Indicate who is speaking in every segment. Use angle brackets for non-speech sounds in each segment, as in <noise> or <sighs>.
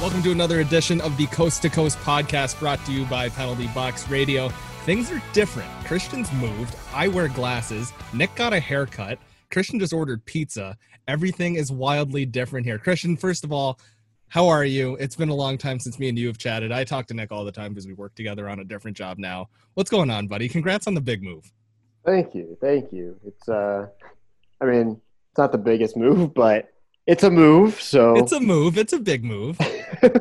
Speaker 1: welcome to another edition of the Coast to Coast podcast brought to you by Penalty Box Radio. Things are different. Christian's moved. I wear glasses. Nick got a haircut. Christian just ordered pizza. Everything is wildly different here. Christian, first of all, how are you? It's been a long time since me and you have chatted. I talk to Nick all the time because we work together on a different job now. What's going on, buddy? Congrats on the big move.
Speaker 2: Thank you. Thank you. It's uh I mean, it's not the biggest move, <laughs> but it's a move, so
Speaker 1: It's a move. It's a big move.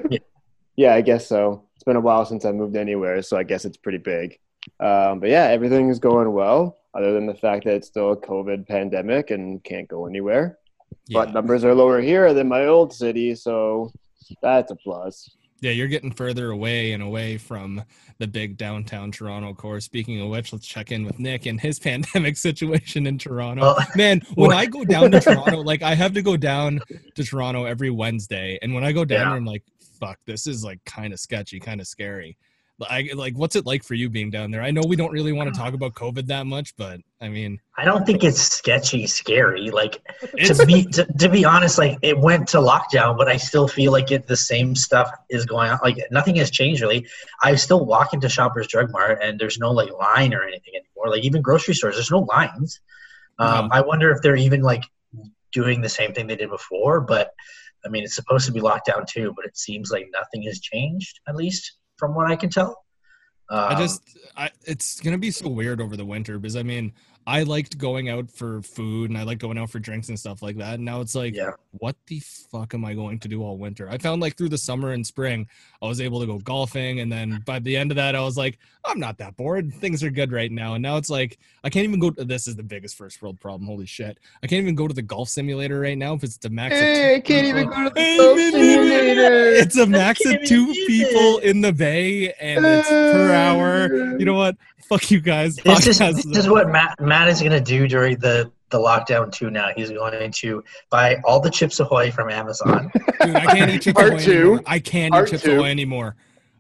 Speaker 2: <laughs> yeah, I guess so. It's been a while since I moved anywhere, so I guess it's pretty big. Um, but yeah, everything is going well, other than the fact that it's still a COVID pandemic and can't go anywhere. But
Speaker 1: Yeah.
Speaker 2: numbers are lower here than my old city, so that's a plus.
Speaker 1: Yeah, you're getting further away and away from the big downtown Toronto core. Speaking of which, let's check in with Nick and his <laughs> pandemic situation in Toronto.
Speaker 3: Well-
Speaker 1: Man, when I go down
Speaker 3: <laughs>
Speaker 1: to Toronto, like I have to go down to Toronto every Wednesday, and when I go down,
Speaker 3: Yeah.
Speaker 1: there, I'm like, "Fuck, this is like kind of sketchy, kind of scary." But I like, what's it like for you being down there? I know we don't really want to talk about COVID that much, but I mean,
Speaker 3: I don't think it's sketchy,
Speaker 1: <laughs>
Speaker 3: scary. Like
Speaker 1: it's
Speaker 3: to be to, to be honest, like it went to lockdown, but I still feel like it, the same stuff is going on. Like nothing has changed really. I still walk into Shoppers Drug Mart and there's no like line or anything anymore. Like even grocery stores, there's no lines. Um,
Speaker 1: Mm-hmm.
Speaker 3: I wonder if they're even like doing the same thing they did before. But I mean, it's supposed to be locked down too, but it seems like nothing has changed at least from what I can tell. Um,
Speaker 1: I just, I, it's gonna be so weird over the winter because I mean, I liked going out for food and I like going out for drinks and stuff like that. And now it's like,
Speaker 3: Yeah.
Speaker 1: what the fuck am I going to do all winter? I found like through the summer and spring, I was able to go golfing, and then by the end of that, I was like, I'm not that bored. Things are good right now. And now it's like, I can't even go. To, this is the biggest first world problem. Holy shit! I can't even go to the golf simulator right now if it's the max. of two people.
Speaker 2: go to
Speaker 1: <laughs> It's a max of
Speaker 3: can't
Speaker 1: two
Speaker 3: believe
Speaker 1: people in the bay, and it's per hour. You know what? Fuck you guys.
Speaker 3: This is,
Speaker 1: Podcast
Speaker 3: this
Speaker 1: is
Speaker 3: is
Speaker 1: over.
Speaker 3: what Matt, Matt is going to do during the, the lockdown too. Now he's going to buy all the Chips Ahoy from Amazon.
Speaker 1: Dude, I can't eat Chips
Speaker 2: Part
Speaker 1: Ahoy
Speaker 2: two.
Speaker 1: anymore. I can't
Speaker 2: Part
Speaker 1: eat Chips
Speaker 2: two.
Speaker 1: Ahoy anymore.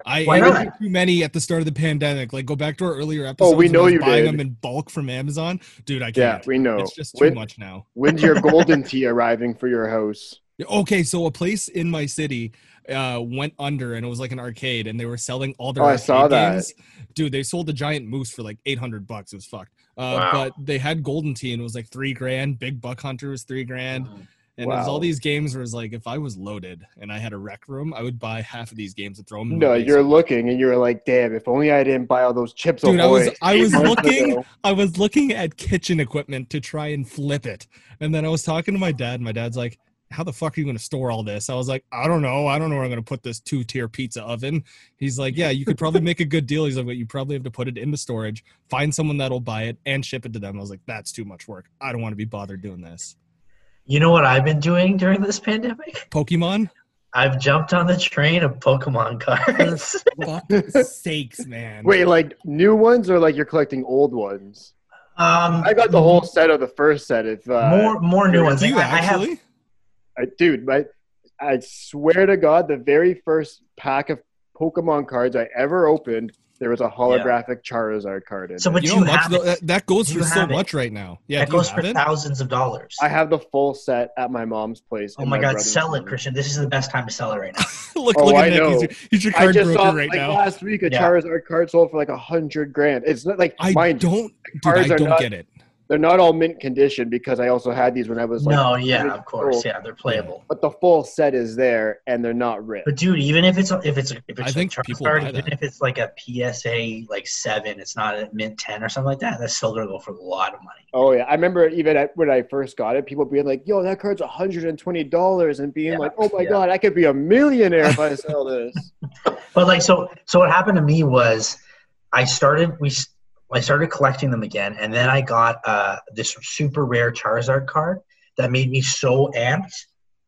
Speaker 1: I
Speaker 3: Why
Speaker 1: I
Speaker 3: not?
Speaker 1: ate too many at the start of the pandemic. Like, go back to our earlier episodes.
Speaker 2: Oh, we
Speaker 1: when I
Speaker 2: know
Speaker 1: was
Speaker 2: you
Speaker 1: buying
Speaker 2: did.
Speaker 1: them in bulk from Amazon, dude. I
Speaker 2: Yeah,
Speaker 1: can't.
Speaker 2: we know.
Speaker 1: It's just too
Speaker 2: When,
Speaker 1: much now.
Speaker 2: when's your golden tea arriving for your house?
Speaker 1: Okay, so a place in my city uh, went under, and it was like an arcade, and they were selling all their
Speaker 2: Oh, I
Speaker 1: arcade
Speaker 2: saw that.
Speaker 1: games. Dude, they sold the giant moose for like eight hundred bucks. It was fucked. Uh,
Speaker 3: Wow.
Speaker 1: But they had Golden Tee, and it was like three grand. Big Buck Hunter was three grand, <laughs> and it was all
Speaker 2: Wow.
Speaker 1: these games where it was like, if I was loaded and I had a rec room, I would buy half of these games and throw them. In my
Speaker 2: No, you're
Speaker 1: basement.
Speaker 2: looking and you're like, damn, if only I didn't buy all those chips
Speaker 1: Dude, I
Speaker 2: Ahoy
Speaker 1: was I
Speaker 2: eight <laughs>
Speaker 1: was
Speaker 2: months
Speaker 1: looking
Speaker 2: ago."
Speaker 1: I was looking at kitchen equipment to try and flip it. And then I was talking to my dad, and my dad's like, How the fuck are you gonna store all this? I was like, I don't know. I don't know where I'm gonna put this two tier pizza oven. He's like, Yeah, you could probably make a good deal. He's like, But you probably have to put it into storage, find someone that'll buy it and ship it to them. I was like, That's too much work. I don't want to be bothered doing this.
Speaker 3: You know what I've been doing during this pandemic?
Speaker 1: Pokemon?
Speaker 3: I've jumped on the train of Pokemon
Speaker 1: <laughs>
Speaker 3: cards.
Speaker 2: <laughs>
Speaker 1: Fuck sakes, man.
Speaker 2: Wait, like new ones or like you're collecting old ones?
Speaker 3: um,
Speaker 2: I got the whole set of the first set. If uh,
Speaker 3: more more new ones.
Speaker 1: do you
Speaker 3: Like, I, I have
Speaker 1: actually?
Speaker 2: I, dude, my, I swear to God, the very first pack of Pokemon cards I ever opened, there was a holographic Charizard card in
Speaker 3: So,
Speaker 2: it.
Speaker 3: but
Speaker 1: you
Speaker 3: you,
Speaker 1: know, how much
Speaker 3: have
Speaker 1: tho-
Speaker 3: it.
Speaker 1: that, that goes
Speaker 3: You
Speaker 1: for so
Speaker 3: have it.
Speaker 1: much right now. uh, Yeah,
Speaker 3: that
Speaker 1: do you
Speaker 3: goes for
Speaker 1: have it?
Speaker 3: thousands of dollars.
Speaker 2: I have the full set at my mom's place.
Speaker 3: oh
Speaker 2: in
Speaker 3: my, God,
Speaker 2: brother's
Speaker 3: sell it,
Speaker 2: room.
Speaker 3: Christian! This is the best time to sell it right now.
Speaker 1: look,
Speaker 2: Oh,
Speaker 1: look at
Speaker 2: I
Speaker 1: Nick. He's
Speaker 2: know.
Speaker 1: your, he's your
Speaker 2: I
Speaker 1: card
Speaker 2: just
Speaker 1: broker
Speaker 2: saw
Speaker 1: right
Speaker 2: like
Speaker 1: now.
Speaker 2: last week a
Speaker 3: Yeah.
Speaker 2: Charizard card sold for like a hundred grand. It's not like
Speaker 1: I
Speaker 2: mind you,
Speaker 1: don't, dude, I
Speaker 2: cards are
Speaker 1: don't
Speaker 2: not-
Speaker 1: get it.
Speaker 2: they're not all mint condition because I also had these when I was like,
Speaker 3: no, yeah,
Speaker 2: really Oh,
Speaker 3: of course,
Speaker 2: cool.
Speaker 3: yeah, they're playable.
Speaker 2: but the full set is there and they're not ripped.
Speaker 3: But dude, even if it's if it's if it's
Speaker 1: I
Speaker 3: like
Speaker 1: think
Speaker 3: Charizard,
Speaker 1: people buy
Speaker 3: even
Speaker 1: that.
Speaker 3: if it's like a PSA like seven, it's not a mint ten or something like that. That's still gonna go for a lot of money.
Speaker 2: Oh yeah, I remember even at, when I first got it, people being like, "Yo, that card's hundred and twenty dollars," and being
Speaker 3: Yeah,
Speaker 2: like, "Oh my
Speaker 3: yeah.
Speaker 2: god, I could be a millionaire if I
Speaker 3: <laughs>
Speaker 2: sell this."
Speaker 3: But like so so what happened to me was I started we s- I started collecting them again, and then I got uh, this super rare Charizard card that made me so amped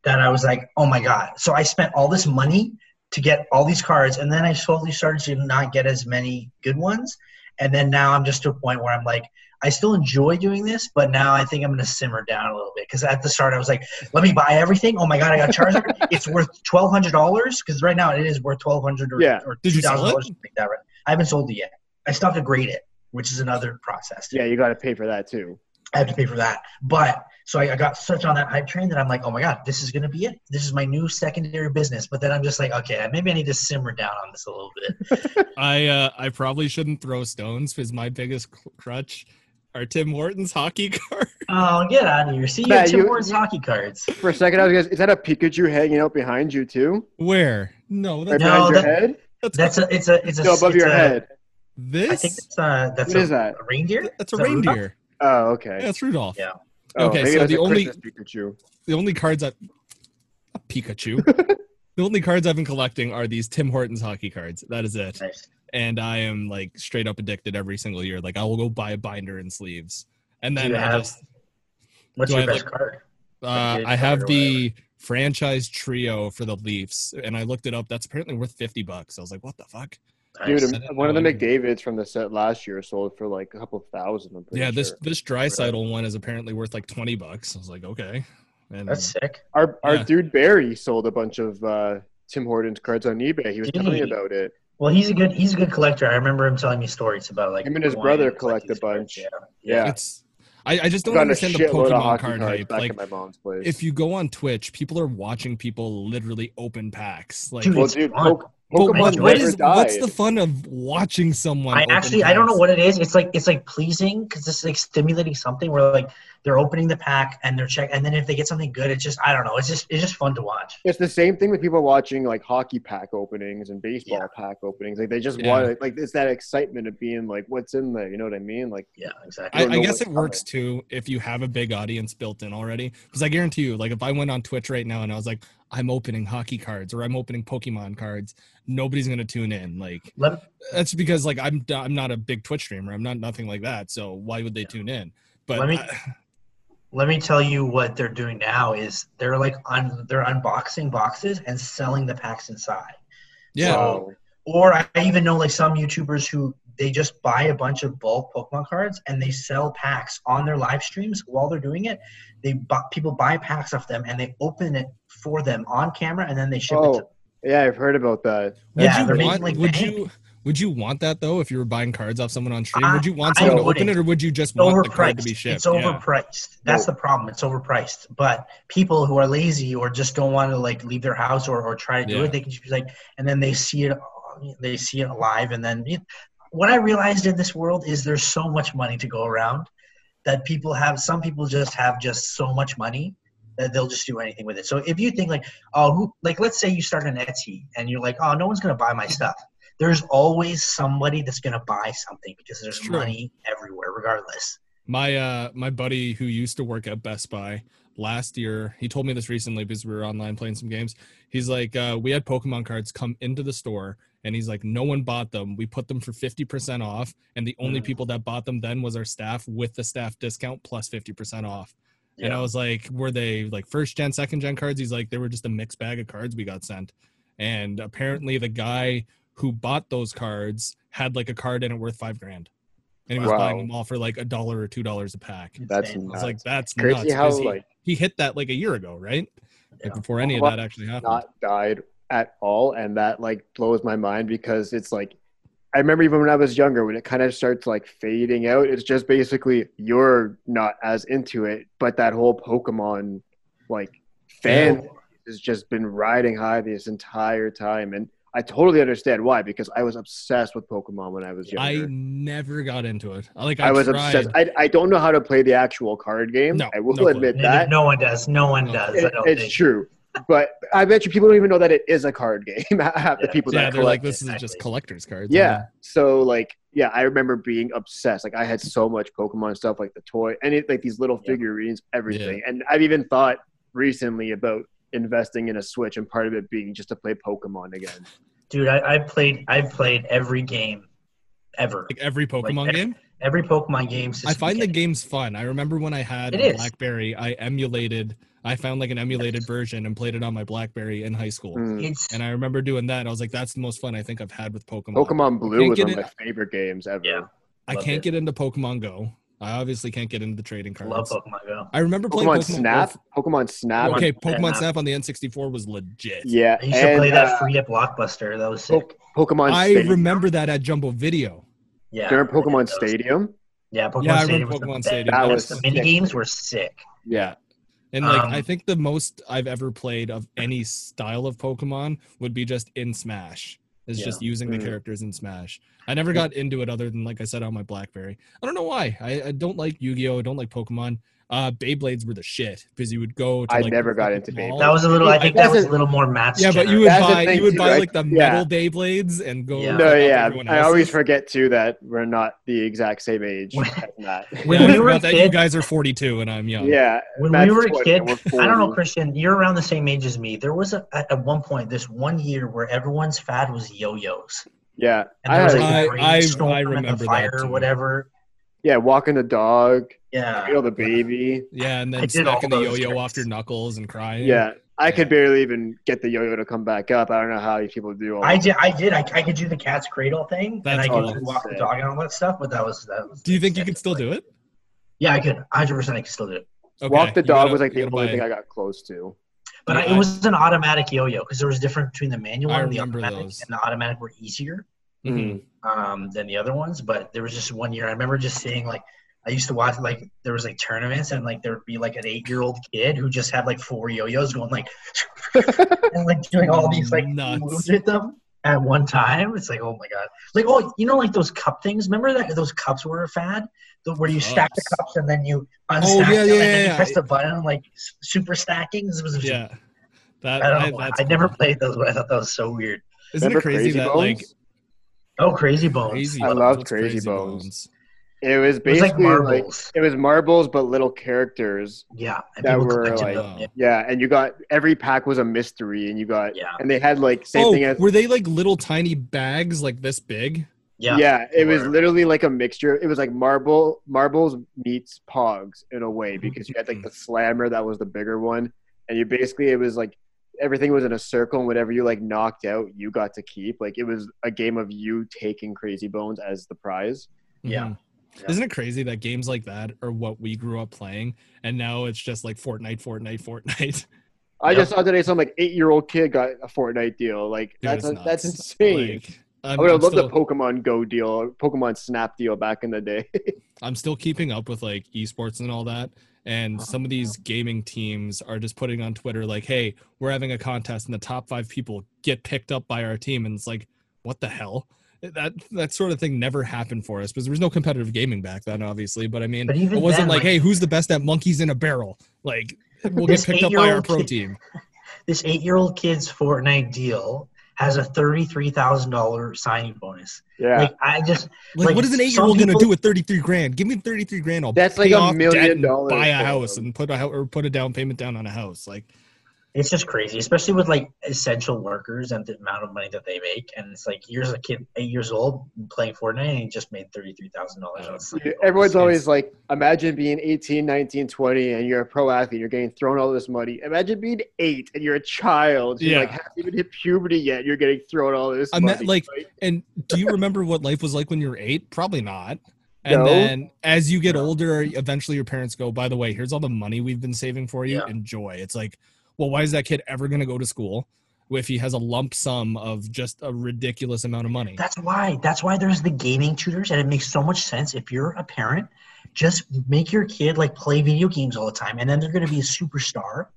Speaker 3: that I was like, oh my god! So I spent all this money to get all these cards, and then I slowly started to not get as many good ones, and then now I'm just to a point where I'm like. I still enjoy doing this, but now I think I'm going to simmer down a little bit. Because at the start, I was like, "Let me buy everything." Oh my god, I got Charizard. it's worth twelve hundred dollars because right now it is worth twelve hundred or,
Speaker 2: Yeah.
Speaker 3: or
Speaker 1: Did you
Speaker 3: two
Speaker 1: sell
Speaker 3: thousand
Speaker 1: it?
Speaker 3: dollars, something like that. Right? I haven't sold it yet. I still have to grade it, which is another process.
Speaker 2: yeah, you got to pay for that too.
Speaker 3: I have to pay for that. But so I, I got such on that hype train that I'm like, oh my god, this is gonna be it. This is my new secondary business. But then I'm just like, okay, maybe I need to simmer down on this a little
Speaker 2: <laughs>
Speaker 3: bit.
Speaker 1: I uh, I probably shouldn't throw stones because my biggest cr- crutch are Tim Hortons hockey <laughs> cards.
Speaker 3: oh, get out of here! See, you
Speaker 2: Matt,
Speaker 3: have Tim
Speaker 2: you-
Speaker 3: Hortons hockey cards.
Speaker 2: For a second, I was gonna. Is that a Pikachu hanging out behind you too?
Speaker 1: Where? No,
Speaker 2: Right
Speaker 1: that's,
Speaker 3: No,
Speaker 2: behind your
Speaker 3: that-
Speaker 2: head?
Speaker 1: that's,
Speaker 3: That's a it's a it's a
Speaker 2: No, above
Speaker 3: it's
Speaker 2: your
Speaker 3: a-
Speaker 2: head.
Speaker 3: I
Speaker 1: this.
Speaker 3: think that's uh that's
Speaker 2: What
Speaker 3: a,
Speaker 2: is that?
Speaker 3: a reindeer.
Speaker 1: That's a
Speaker 3: Is that Rudolph?
Speaker 1: reindeer.
Speaker 2: Oh, okay.
Speaker 1: Yeah, it's Rudolph.
Speaker 3: Yeah.
Speaker 2: Oh,
Speaker 1: okay,
Speaker 2: maybe
Speaker 1: so
Speaker 2: that's
Speaker 1: the
Speaker 2: a
Speaker 1: only-
Speaker 2: Christmas Pikachu.
Speaker 1: The only cards I a Pikachu.
Speaker 2: <laughs>
Speaker 1: the only cards I've been collecting are these Tim Hortons hockey cards. That is it.
Speaker 3: Nice.
Speaker 1: And I am like straight up addicted every single year. Like I will go buy a binder and sleeves. And
Speaker 3: Do
Speaker 1: then
Speaker 3: you
Speaker 1: I
Speaker 3: have-
Speaker 1: just
Speaker 3: What's
Speaker 1: Do I
Speaker 3: your
Speaker 1: have,
Speaker 3: best card?
Speaker 1: Uh,
Speaker 3: Like,
Speaker 1: I
Speaker 3: it's
Speaker 1: have
Speaker 3: hard or
Speaker 1: the franchise trio for the Leafs, and I looked it up. That's apparently worth fifty bucks. I was like, "What the fuck?"
Speaker 3: Nice.
Speaker 2: Dude,
Speaker 1: I didn't
Speaker 2: one of the
Speaker 1: know any-
Speaker 2: McDavids from the set last year sold for like a couple thousand. I'm pretty
Speaker 1: yeah, this
Speaker 2: sure.
Speaker 1: this Drysidle one is apparently worth like twenty bucks. I was like, "Okay," and
Speaker 3: that's sick.
Speaker 2: Our our
Speaker 1: Yeah.
Speaker 2: dude Barry sold a bunch of uh, Tim Hortons cards on eBay. He was
Speaker 3: Did
Speaker 2: telling me
Speaker 3: he?
Speaker 2: about it.
Speaker 3: Well, he's a good he's a good collector. I remember him telling me stories about like
Speaker 2: Him and his
Speaker 3: wanting
Speaker 2: brother
Speaker 3: to collect
Speaker 2: collect
Speaker 3: these
Speaker 2: a bunch.
Speaker 3: cards.
Speaker 2: Yeah,
Speaker 1: it's I, I just don't
Speaker 2: got a
Speaker 1: understand the
Speaker 2: shitload of
Speaker 1: Pokemon
Speaker 2: hockey
Speaker 1: card
Speaker 2: cards
Speaker 1: hype.
Speaker 2: back
Speaker 1: Like,
Speaker 2: at my mom's place.
Speaker 1: if you go on Twitch, people are watching people literally open packs. Like,
Speaker 3: Dude,
Speaker 2: well,
Speaker 3: it's
Speaker 2: dude,
Speaker 3: fun.
Speaker 2: Poke-
Speaker 1: but
Speaker 2: Pokemon
Speaker 1: what,
Speaker 3: Pokemon
Speaker 1: what
Speaker 2: never
Speaker 1: is what's
Speaker 2: died.
Speaker 1: the fun of watching someone?
Speaker 3: I
Speaker 1: open
Speaker 3: actually I don't know
Speaker 1: packs?
Speaker 3: what it is. It's like it's like pleasing because it's like stimulating something where like they're opening the pack and they're check and then if they get something good, it's just I don't know. It's just it's just fun to watch.
Speaker 2: It's the same thing with people watching like hockey pack openings and baseball
Speaker 3: Yeah.
Speaker 2: pack openings. Like they just
Speaker 1: Yeah.
Speaker 2: want like it's that excitement of being like what's in there. You know what I mean? Like
Speaker 3: Yeah, exactly.
Speaker 1: I,
Speaker 2: don't
Speaker 1: I
Speaker 2: know
Speaker 1: guess
Speaker 2: what's
Speaker 1: it works too if you have a big audience built in already. Because I guarantee you, like if I went on Twitch right now and I was like, I'm opening hockey cards or I'm opening Pokemon cards, nobody's gonna tune in. Like
Speaker 3: Let-
Speaker 1: that's because like I'm I'm not a big Twitch streamer. I'm not nothing like that. So why would they tune in? But
Speaker 3: Let me-
Speaker 1: I- <sighs>
Speaker 3: Let me tell you what they're doing now is they're like un, they're unboxing boxes and selling the packs inside.
Speaker 1: yeah,
Speaker 3: So-
Speaker 2: oh,
Speaker 3: Or I even know like some YouTubers who they just buy a bunch of bulk Pokemon cards and they sell packs on their live streams while they're doing it. They bu- people buy packs off them and they open it for them on camera and then they ship it. To,
Speaker 2: oh yeah, I've heard about that.
Speaker 1: would
Speaker 3: yeah, they're
Speaker 1: you
Speaker 3: making,
Speaker 1: want
Speaker 3: like,
Speaker 1: would
Speaker 3: bank.
Speaker 1: you would you want that though if you were buying cards off someone on stream? would you want
Speaker 3: I-
Speaker 1: someone to
Speaker 3: I wouldn't.
Speaker 1: open it or would you just
Speaker 3: it's
Speaker 1: want the card
Speaker 3: overpriced.
Speaker 1: to be shipped?
Speaker 3: It's
Speaker 1: Yeah.
Speaker 3: overpriced. That's
Speaker 2: Whoa.
Speaker 3: the problem. It's overpriced. But people who are lazy or just don't want to like leave their house or, or try to do
Speaker 1: Yeah.
Speaker 3: it, they can just be like, and then they see it, they see it live, and then what I realized in this world is there's so much money to go around that people have. Some people just have just so much money that they'll just do anything with it. So if you think like, oh, who, like let's say you start an Etsy and you're like, oh, no one's gonna buy my stuff. There's always somebody that's gonna buy something because there's
Speaker 1: It's true.
Speaker 3: money everywhere, regardless.
Speaker 1: My uh my buddy who used to work at Best Buy last year, he told me this recently because we were online playing some games. He's like, uh, we had Pokemon cards come into the store and he's like, no one bought them. We put them for 50% off, and the only
Speaker 3: Mm.
Speaker 1: people that bought them then was our staff with the staff discount plus 50% off. And
Speaker 3: Yeah.
Speaker 1: I was like, were they like first gen, second gen cards? He's like, they were just a mixed bag of cards we got sent. And apparently the guy who bought those cards had like a card in it worth five grand. And he was
Speaker 2: Wow.
Speaker 1: buying them all for like a dollar or two dollars a pack.
Speaker 2: That's
Speaker 3: Insane.
Speaker 1: I was
Speaker 2: nuts.
Speaker 1: like, that's
Speaker 2: Crazy
Speaker 1: nuts.
Speaker 2: how
Speaker 1: 'cause he,
Speaker 2: like
Speaker 1: he hit that like a year ago, right?
Speaker 3: Yeah.
Speaker 1: Like before any of
Speaker 2: Well,
Speaker 1: that actually happened.
Speaker 2: not died at all, and that like blows my mind because it's like I remember even when I was younger when it kind of starts like fading out. It's just basically you're not as into it, but that whole Pokemon like fan has just been riding high this entire time, and I totally understand why because I was obsessed with Pokemon when I was
Speaker 1: I
Speaker 2: younger.
Speaker 1: never got into it. Like I,
Speaker 2: I, was
Speaker 1: tried.
Speaker 2: obsessed. I, I don't know how to play the actual card game.
Speaker 1: No,
Speaker 2: I will
Speaker 1: no clue.
Speaker 2: admit
Speaker 3: No,
Speaker 2: that.
Speaker 3: no one does. No one
Speaker 1: No.
Speaker 3: does. I
Speaker 2: It-
Speaker 3: don't
Speaker 2: it's
Speaker 3: think.
Speaker 2: true. But I bet you people don't even know that it is a card game. <laughs> Half the
Speaker 3: Yeah.
Speaker 2: people
Speaker 1: yeah,
Speaker 2: that
Speaker 1: they're like,
Speaker 2: collect.
Speaker 1: this is just
Speaker 3: exactly.
Speaker 1: collector's cards.
Speaker 2: yeah. So like, yeah, I remember being obsessed. Like I had so much Pokemon stuff, like the toy, and it, like these little
Speaker 3: Yeah.
Speaker 2: figurines, everything. And I've even thought recently about investing in a Switch, and part of it being just to play Pokemon again.
Speaker 3: Dude, I, I played. I've played every game, ever.
Speaker 1: Like every Pokemon
Speaker 3: every-
Speaker 1: game.
Speaker 3: Every Pokemon game. since
Speaker 1: I find the
Speaker 3: beginning.
Speaker 1: games fun. I remember when I had
Speaker 3: It
Speaker 1: a
Speaker 3: is.
Speaker 1: BlackBerry, I emulated. I found like an emulated version and played it on my BlackBerry in high school.
Speaker 2: Mm.
Speaker 3: It's
Speaker 1: And I remember doing that. I was like, that's the most fun I think I've had with Pokemon.
Speaker 2: Pokemon Blue was
Speaker 1: get
Speaker 2: one of
Speaker 1: it-
Speaker 2: my favorite games ever.
Speaker 3: Yeah.
Speaker 1: I
Speaker 3: Love
Speaker 1: can't
Speaker 3: it.
Speaker 1: get into Pokemon Go. I obviously can't get into the trading
Speaker 3: I
Speaker 1: cards.
Speaker 3: love Pokemon Go.
Speaker 1: I remember playing
Speaker 2: Pokemon,
Speaker 1: Pokemon, Go
Speaker 2: Snap. Pokemon Snap.
Speaker 1: Okay,
Speaker 3: Pokemon
Speaker 1: Pokemon
Speaker 3: Snap.
Speaker 1: Snap on the N64 was legit.
Speaker 2: Yeah.
Speaker 3: I used to play
Speaker 2: and,
Speaker 3: that
Speaker 2: uh,
Speaker 3: free at Blockbuster. That was
Speaker 2: Po-
Speaker 3: sick.
Speaker 2: Pokemon.
Speaker 1: I
Speaker 2: Stadium.
Speaker 1: remember that at Jumbo Video.
Speaker 3: Yeah.
Speaker 2: During Pokemon
Speaker 3: That was-
Speaker 2: Stadium.
Speaker 3: Yeah, Pokemon
Speaker 1: Yeah, I
Speaker 3: Stadium.
Speaker 1: remember
Speaker 3: was the
Speaker 1: Pokemon
Speaker 3: best.
Speaker 1: Stadium.
Speaker 2: That
Speaker 3: The
Speaker 2: was
Speaker 3: mini
Speaker 2: sick.
Speaker 3: games were sick.
Speaker 2: Yeah.
Speaker 1: And like
Speaker 3: Um,
Speaker 1: I think the most I've ever played of any style of Pokemon would be just in Smash. Is
Speaker 3: Yeah.
Speaker 1: just using the
Speaker 2: Mm.
Speaker 1: characters in Smash. I never got into it other than like I said on my BlackBerry. I don't know why. I, I don't like Yu-Gi-Oh. I don't like Pokemon. Uh, Beyblades were the shit because you would go. To,
Speaker 2: I
Speaker 1: like,
Speaker 2: never
Speaker 1: the
Speaker 2: got
Speaker 1: fucking
Speaker 2: into Beyblades.
Speaker 1: mall.
Speaker 3: That was a little. I
Speaker 2: Yeah,
Speaker 3: think
Speaker 2: that's
Speaker 3: that was
Speaker 2: a-
Speaker 3: a little more Matt's.
Speaker 1: yeah, but you
Speaker 3: generation.
Speaker 1: would
Speaker 2: That's the
Speaker 1: buy
Speaker 2: thing
Speaker 1: you would
Speaker 2: too,
Speaker 1: buy
Speaker 2: like-
Speaker 1: like the
Speaker 2: yeah.
Speaker 1: metal Beyblades and go.
Speaker 3: Yeah.
Speaker 1: fuck
Speaker 2: No,
Speaker 1: up
Speaker 2: yeah.
Speaker 1: everyone
Speaker 2: I always
Speaker 1: else's.
Speaker 2: forget too that we're not the exact same age. as Matt.
Speaker 3: <laughs> When
Speaker 1: Yeah, I
Speaker 3: we were
Speaker 1: forgot that you
Speaker 3: kids-
Speaker 1: guys are 42 and I'm young.
Speaker 2: yeah.
Speaker 3: when
Speaker 2: Matt's
Speaker 3: we were a
Speaker 2: 20,
Speaker 3: kid,
Speaker 2: and we're
Speaker 3: I don't know,
Speaker 2: 40.
Speaker 3: Christian. You're around the same age as me. There was a, at at one point this one year where everyone's fad was yo-yos,
Speaker 2: Yeah.
Speaker 3: and there was
Speaker 1: had-
Speaker 3: like
Speaker 1: I-
Speaker 3: a
Speaker 1: I-
Speaker 3: rainstorm
Speaker 1: I
Speaker 3: and
Speaker 1: remember
Speaker 3: the
Speaker 1: that
Speaker 3: fire
Speaker 1: too.
Speaker 3: or whatever.
Speaker 2: yeah, walking the dog,
Speaker 3: Yeah,
Speaker 2: feel the baby.
Speaker 1: Yeah, and
Speaker 3: I
Speaker 1: then
Speaker 3: did all
Speaker 1: smacking the
Speaker 3: those
Speaker 1: yo-yo
Speaker 3: tricks.
Speaker 1: off your knuckles and crying.
Speaker 2: Yeah. I could
Speaker 1: Yeah.
Speaker 2: barely even get the yo-yo to come back up. I don't know how these people do all
Speaker 3: I
Speaker 2: that.
Speaker 3: did. I did. I, I could do the cat's cradle thing, and
Speaker 1: That's
Speaker 3: I could
Speaker 1: awesome.
Speaker 3: walk the dog and all that stuff. But that was that was.
Speaker 1: Do you think you could still do it?
Speaker 3: Yeah, I could. 100. percent I could still do it.
Speaker 1: Okay,
Speaker 2: Walk the
Speaker 1: you
Speaker 2: dog
Speaker 1: gotta-
Speaker 2: was like
Speaker 1: you
Speaker 2: the
Speaker 1: gotta
Speaker 2: only
Speaker 1: buy
Speaker 2: thing
Speaker 1: it.
Speaker 2: I got close to.
Speaker 3: But I,
Speaker 1: Yeah, I-
Speaker 3: it was an automatic yo-yo because there was different between the manual
Speaker 1: I
Speaker 3: and the
Speaker 1: remember
Speaker 3: automatic,
Speaker 1: those.
Speaker 3: and the automatic were easier.
Speaker 1: Mhm.
Speaker 3: um, than the other ones. But there was just one year I remember just seeing like I used to watch like there was like tournaments and like there would be like an eight year old kid who just had like four yo-yos going like <laughs> and like doing all these like
Speaker 1: Nuts.
Speaker 3: moves with them at one time. It's like oh my god, like oh you know like those cup things. Remember that those cups were a fad. The, where you stack the
Speaker 1: Cups.
Speaker 3: cups and then you unstack
Speaker 1: Oh, yeah,
Speaker 3: them
Speaker 1: yeah,
Speaker 3: and then
Speaker 1: yeah,
Speaker 3: you press
Speaker 1: yeah.
Speaker 3: the button like s- super stacking. This
Speaker 2: Mm-hmm.
Speaker 3: was
Speaker 1: Yeah. That,
Speaker 3: I
Speaker 1: I
Speaker 3: don't know.
Speaker 1: that's
Speaker 3: I never
Speaker 1: cool.
Speaker 3: played those, but I thought that was so weird.
Speaker 1: Isn't it
Speaker 2: Remember
Speaker 1: crazy,
Speaker 2: Crazy
Speaker 1: that like
Speaker 2: Bones?
Speaker 3: Oh, Crazy Bones!
Speaker 1: crazy?
Speaker 2: I
Speaker 1: Bones?
Speaker 2: loved
Speaker 1: What's
Speaker 2: Crazy Bones. It was
Speaker 3: it was like
Speaker 2: basically
Speaker 3: marbles.
Speaker 2: like it was marbles but little characters.
Speaker 3: Yeah, and
Speaker 2: that
Speaker 3: people
Speaker 2: were,
Speaker 3: collected
Speaker 2: like-
Speaker 3: them. Yeah.
Speaker 2: Yeah, and you got every pack was a mystery and you got
Speaker 3: Yeah.
Speaker 2: and they had like same
Speaker 1: Oh,
Speaker 2: thing as
Speaker 1: were they like little tiny bags like this big?
Speaker 3: yeah,
Speaker 2: yeah, it was
Speaker 3: Or-
Speaker 2: literally like a mixture. It was like marble marbles meets pogs in a way
Speaker 1: Mm-hmm.
Speaker 2: because you had like the slammer that was the bigger one, and you basically it was like everything was in a circle. And whatever you like knocked out, you got to keep. Like it was a game of you taking Crazy Bones as the prize.
Speaker 3: Yeah.
Speaker 1: Mhm.
Speaker 3: Yeah.
Speaker 1: Isn't it crazy that games like that are what we grew up playing, and now it's just like Fortnite, Fortnite, Fortnite. <laughs>
Speaker 2: I
Speaker 3: Yep.
Speaker 2: just saw today some like eight year old kid got a Fortnite deal. Like
Speaker 1: Dude,
Speaker 2: that's
Speaker 1: it's nuts.
Speaker 2: that's insane.
Speaker 1: Like, I'm,
Speaker 2: I would
Speaker 1: I'm
Speaker 2: have loved
Speaker 1: still,
Speaker 2: the Pokemon Go deal, or Pokemon Snap deal back in the day. <laughs>
Speaker 1: I'm still keeping up with like esports and all that.
Speaker 3: Uh-huh.
Speaker 1: And some of these gaming teams are just putting on Twitter like, "Hey, we're having a contest, and the top five people get picked up by our team." And it's like, what the hell? Eh, That that sort of thing never happened for us because there was no competitive gaming back then, obviously. But I mean,
Speaker 3: But even
Speaker 1: it wasn't
Speaker 3: then,
Speaker 1: like,
Speaker 3: like-
Speaker 1: "Hey, who's the best at monkeys in a barrel?" Like, we'll get
Speaker 3: This
Speaker 1: picked up by our
Speaker 3: eight-year-old
Speaker 1: pro
Speaker 3: kid-
Speaker 1: team.
Speaker 3: This eight-year-old kid's Fortnite deal has a thirty-three thousand dollar signing bonus.
Speaker 2: yeah,
Speaker 3: Like I just
Speaker 1: Like,
Speaker 3: Like,
Speaker 1: what is an
Speaker 3: some
Speaker 1: eight year old gonna
Speaker 3: people-
Speaker 1: do with thirty three grand? Give me thirty three grand. I'll
Speaker 2: That's like
Speaker 1: pay
Speaker 2: a
Speaker 1: off debt
Speaker 2: million
Speaker 1: and
Speaker 2: dollars
Speaker 1: Buy a
Speaker 2: for
Speaker 1: house
Speaker 2: them.
Speaker 1: and put a hou- or put a down payment down on a house. Like,
Speaker 3: it's just crazy, especially with like essential workers and the amount of money that they make. And it's like here's a kid eight years old playing Fortnite and he just made thirty-three thousand dollars
Speaker 1: Oh.
Speaker 3: on a signing
Speaker 2: everyone's
Speaker 3: bonus.
Speaker 2: always like, imagine being 18, 19, 20, and you're a pro athlete. You're getting thrown all this money. Imagine being eight and you're a child. who
Speaker 1: Yeah.
Speaker 2: like haven't even hit puberty yet. You're getting thrown all this
Speaker 1: I'm
Speaker 2: money.
Speaker 1: not- like- And do you remember what life was like when you were eight? Probably not. And
Speaker 2: No.
Speaker 1: then as you get
Speaker 3: No.
Speaker 1: older, eventually your parents go, by the way, here's all the money we've been saving for you.
Speaker 3: Yeah.
Speaker 1: Enjoy. It's like, well, why is that kid ever going to go to school if he has a lump sum of just a ridiculous amount of money?
Speaker 3: That's why. That's why there's the gaming tutors, and it makes so much sense. If you're a parent, just make your kid like play video games all the time, and then they're going to be a superstar,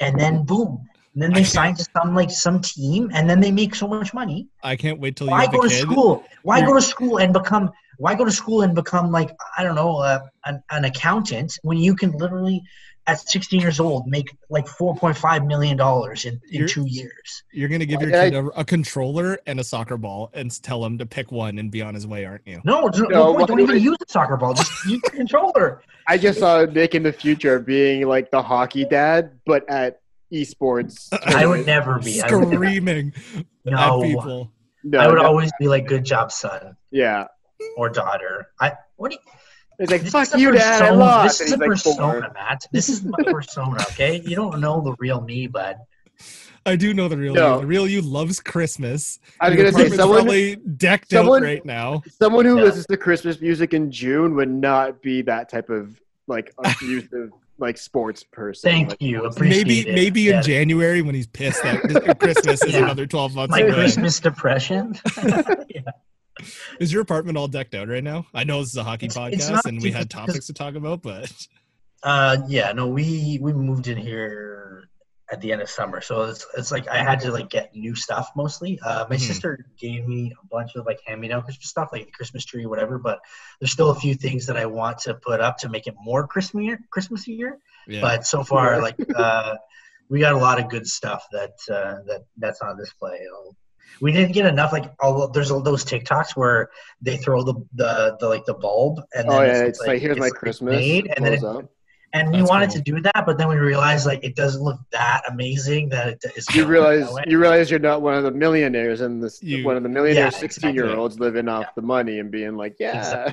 Speaker 3: and then boom, and then they sign to some like some team, and then they make so much money.
Speaker 1: I can't wait till you
Speaker 3: Why
Speaker 1: have
Speaker 3: go
Speaker 1: a
Speaker 3: to
Speaker 1: kid.
Speaker 3: school? Why go to school and become? Why go to school and become like I don't know uh, an, an accountant when you can literally at 16 years old make like 4.5 million dollars in, in
Speaker 1: You're-
Speaker 3: two years.
Speaker 1: You're going to give your
Speaker 2: Why did
Speaker 1: kid a, a controller and a soccer ball and s- tell him to pick one and be on his way, aren't you?
Speaker 3: No, there's no,
Speaker 2: No,
Speaker 3: point.
Speaker 2: why
Speaker 3: Don't even
Speaker 2: would-
Speaker 3: use the soccer ball. Just use the controller.
Speaker 2: I just saw Nick in the future being like the hockey dad, but at esports.
Speaker 3: I would never be. I would, never-
Speaker 1: Screaming at
Speaker 3: no,
Speaker 1: people.
Speaker 2: No,
Speaker 3: I would
Speaker 2: no,
Speaker 3: always be like, "Good job, son
Speaker 2: yeah.
Speaker 3: or daughter." I what? Do you,
Speaker 2: It's like
Speaker 3: this
Speaker 2: fuck
Speaker 3: is a
Speaker 2: you, dad. I
Speaker 3: persona-
Speaker 2: lost.
Speaker 3: This
Speaker 2: And
Speaker 3: is a
Speaker 2: he's like
Speaker 3: persona,
Speaker 2: four.
Speaker 3: Matt. This is my persona. Okay, you don't know the real me, bud.
Speaker 1: I do know the real
Speaker 2: No.
Speaker 1: you. The real you loves Christmas.
Speaker 2: I was
Speaker 1: Your
Speaker 2: gonna say
Speaker 1: apartment's
Speaker 2: someone
Speaker 1: probably decked
Speaker 2: someone-
Speaker 1: out right now.
Speaker 2: Someone who
Speaker 3: Yeah.
Speaker 2: listens to Christmas music in June would not be that type of like abusive like sports person.
Speaker 3: Thank
Speaker 2: Like,
Speaker 3: you. Appreciate
Speaker 1: Maybe
Speaker 3: it.
Speaker 1: maybe
Speaker 3: Yeah.
Speaker 1: in January when
Speaker 2: <laughs>
Speaker 1: he's pissed that Christmas is
Speaker 3: Yeah.
Speaker 1: another twelve months
Speaker 3: my
Speaker 1: away.
Speaker 3: Christmas depression. Yeah.
Speaker 1: Is your apartment all decked out right now? I know this is a hockey
Speaker 3: It's-
Speaker 1: podcast
Speaker 3: it's not
Speaker 1: and we had
Speaker 3: because-
Speaker 1: topics to talk about, but <laughs>
Speaker 3: Uh, yeah, no, we we moved in here at the end of summer, so it's it's like I had to like get new stuff mostly. Uh, my
Speaker 2: Hmm.
Speaker 1: Mhm.
Speaker 3: sister gave me a bunch of like hand-me-down Christmas stuff, like the Christmas tree, whatever. But there's still a few things that I want to put up to make it more Christmas Christmasier.
Speaker 1: yeah.
Speaker 3: But so far,
Speaker 2: Yeah.
Speaker 3: like uh, we got a lot of good stuff that uh, that that's on display. Oh, We didn't get enough. Like all there's all those TikToks where they throw the the, the like the bulb and then
Speaker 2: oh yeah, it's
Speaker 3: like,
Speaker 2: like, here's
Speaker 3: it's,
Speaker 2: my
Speaker 3: like,
Speaker 2: Christmas.
Speaker 3: made, and then
Speaker 2: blows
Speaker 3: it
Speaker 2: up.
Speaker 3: and we
Speaker 1: That's
Speaker 3: wanted
Speaker 1: cool.
Speaker 3: to do that, but then we realized like it doesn't look that amazing that it is.
Speaker 2: <laughs> you realize you realize you're not one of the millionaires, and this
Speaker 1: You-
Speaker 2: one of the millionaire
Speaker 3: Yeah,
Speaker 2: sixteen year olds living off the money and being like, yeah,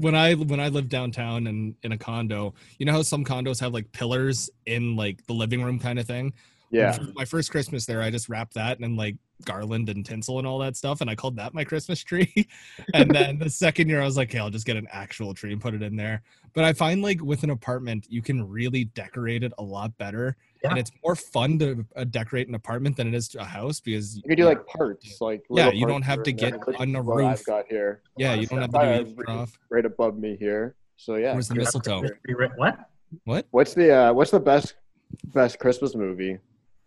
Speaker 1: when I when I lived downtown and in a condo, you know how some condos have like pillars in like the living room kind of thing.
Speaker 2: <laughs> yeah.
Speaker 1: My first Christmas there, I just wrapped that and like garland and tinsel and all that stuff, and I called that my Christmas tree. <laughs> and then the second year, I was like, "Okay, I'll just get an actual tree and put it in there." But I find like with an apartment, you can really decorate it a lot better, and
Speaker 3: Yeah.
Speaker 1: it's more fun to uh, decorate an apartment than it is to a house because
Speaker 2: You could do like parts, like
Speaker 1: Yeah,
Speaker 2: little
Speaker 1: you don't have
Speaker 2: parts here
Speaker 1: to
Speaker 2: and there.
Speaker 1: get
Speaker 2: Look
Speaker 1: on a
Speaker 2: what I've
Speaker 1: roof.
Speaker 2: got here,
Speaker 1: yeah, you don't have
Speaker 2: Uh,
Speaker 1: to do it off.
Speaker 2: right above me here. So yeah,
Speaker 1: Where's the
Speaker 2: Christmas
Speaker 1: mistletoe?
Speaker 2: tree.
Speaker 3: What?
Speaker 1: What?
Speaker 2: What's the uh, what's the best best Christmas movie?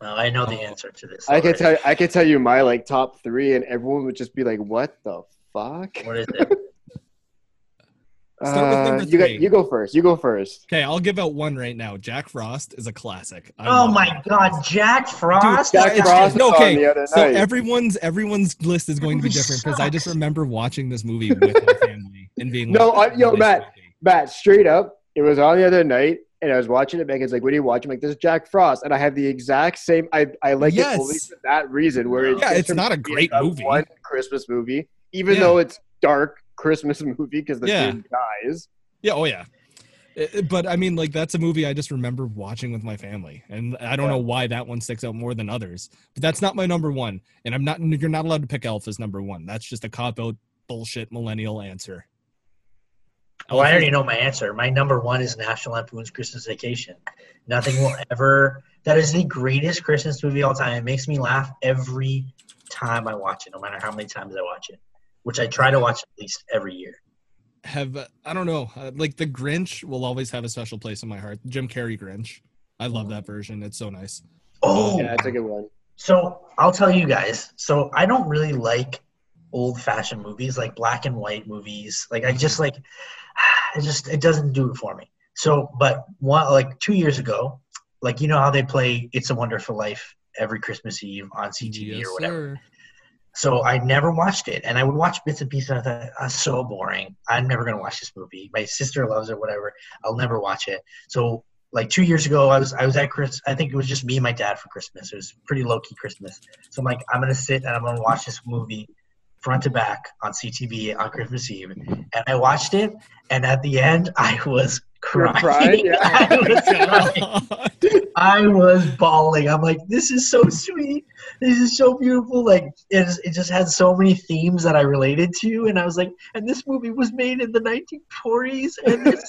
Speaker 3: No, I know
Speaker 1: Oh.
Speaker 3: the answer to this.
Speaker 2: I could
Speaker 3: already.
Speaker 2: tell I could tell you my like top three, and everyone would just be like, "What the fuck?"
Speaker 3: What is it?
Speaker 1: Start with number
Speaker 2: Uh, you, got,
Speaker 1: three.
Speaker 2: you go first. You go first.
Speaker 1: Okay, I'll give out one right now. Jack Frost is a classic. I
Speaker 3: Oh
Speaker 1: love
Speaker 3: my
Speaker 1: Jack Frost.
Speaker 3: God, Jack Frost!
Speaker 1: Dude,
Speaker 2: Jack
Speaker 1: it's-
Speaker 2: Frost
Speaker 1: no,
Speaker 2: was
Speaker 1: okay,
Speaker 2: on the other
Speaker 1: So
Speaker 2: night.
Speaker 1: everyone's everyone's list is going to be
Speaker 3: Movie
Speaker 1: different because I just
Speaker 3: sucks.
Speaker 1: remember watching this movie with my family and being
Speaker 2: No,
Speaker 1: like,
Speaker 2: I- yo,
Speaker 1: "This is
Speaker 2: Matt.
Speaker 1: movie."
Speaker 2: Matt, straight up, it was on the other night, and I was watching it. Megan's like, "What are you watching?" I'm like, "This is Jack Frost," and I have the exact same. I I like it only
Speaker 1: Yes.
Speaker 2: for that reason. Where it's
Speaker 1: Yeah,
Speaker 2: just
Speaker 1: it's not a great
Speaker 2: that
Speaker 1: movie.
Speaker 2: One Christmas movie, even
Speaker 1: Yeah.
Speaker 2: though it's dark Christmas <laughs> movie because the
Speaker 1: Yeah.
Speaker 2: dude dies.
Speaker 1: Yeah, oh yeah. It- it- But I mean, like that's a movie I just remember watching with my family, and I don't
Speaker 2: Yeah.
Speaker 1: know why that one sticks out more than others. But that's not my number one, and I'm not. You're not allowed to pick Elf as number one. That's just a cop out bullshit millennial answer.
Speaker 3: Well, Oh, I
Speaker 1: Elf is-
Speaker 3: already know my answer. My number one is National Lampoon's Christmas Vacation. Nothing will ever. That is the greatest Christmas movie of all time. It makes me laugh every time I watch it, no matter how many times I watch it, which I try to watch at least every year.
Speaker 1: have uh, I don't know, uh, like the Grinch will always have a special place in my heart. Jim Carrey Grinch. I love
Speaker 3: Mm.
Speaker 1: that version. It's so nice.
Speaker 3: Oh,
Speaker 2: Yeah, that's a good one.
Speaker 3: So I'll tell you guys. So I don't really like old fashioned movies like black and white movies. Like I just like <sighs> it just it doesn't do it for me. So but one like two years ago, like you know how they play It's a Wonderful Life every Christmas Eve on CTV
Speaker 1: Yes,
Speaker 3: or whatever.
Speaker 1: sir.
Speaker 3: So I never watched it, and I would watch bits and pieces. And I thought, "Ah, so boring. I'm never gonna watch this movie. My sister loves it, whatever. I'll never watch it. So like two years ago, I was I was at Chris. I think it was just me and my dad for Christmas. It was pretty low key Christmas. So I'm like, I'm gonna sit and I'm gonna watch this movie front to back on CTV on Christmas Eve, and I watched it. And at the end, I was
Speaker 2: You were
Speaker 3: crying. <laughs>
Speaker 2: crying? Yeah.
Speaker 3: I was crying.
Speaker 1: God.
Speaker 3: I was bawling. I'm like, this is so sweet. This is so beautiful. Like, it, is, it just had so many themes that I related to, and I was like, and this movie was made in the 1940s, and it's,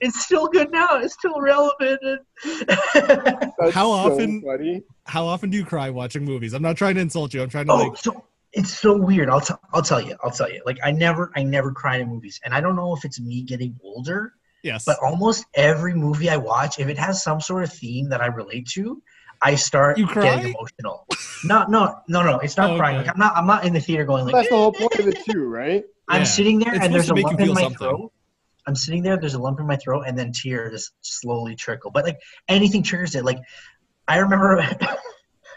Speaker 3: it's still good now. It's still relevant. And <laughs>
Speaker 2: That's
Speaker 1: How
Speaker 2: so
Speaker 1: often-
Speaker 2: Funny.
Speaker 1: How often do you cry watching movies? I'm not trying to insult you. I'm trying to
Speaker 3: oh,
Speaker 1: like.
Speaker 3: so it's so weird. I'll t- I'll tell you. I'll tell you. Like, I never I never cried in movies, and I don't know if it's me getting older
Speaker 1: Yes.
Speaker 3: but almost every movie I watch, if it has some sort of theme that I relate to, I start
Speaker 1: You cry?
Speaker 3: getting emotional. No, no, no, no. It's not
Speaker 1: Oh,
Speaker 3: crying.
Speaker 1: okay.
Speaker 3: Like I'm not. I'm not in the theater going like.
Speaker 2: That's the whole point of it too, right?
Speaker 3: I'm
Speaker 1: Yeah.
Speaker 3: sitting there
Speaker 1: It's
Speaker 3: and
Speaker 1: supposed
Speaker 3: there's
Speaker 1: to
Speaker 3: a
Speaker 1: make you
Speaker 3: lump in
Speaker 1: feel
Speaker 3: my
Speaker 1: something.
Speaker 3: throat. I'm sitting there. There's a lump in my throat, and then tears slowly trickle. But like anything triggers it. Like I remember, <laughs>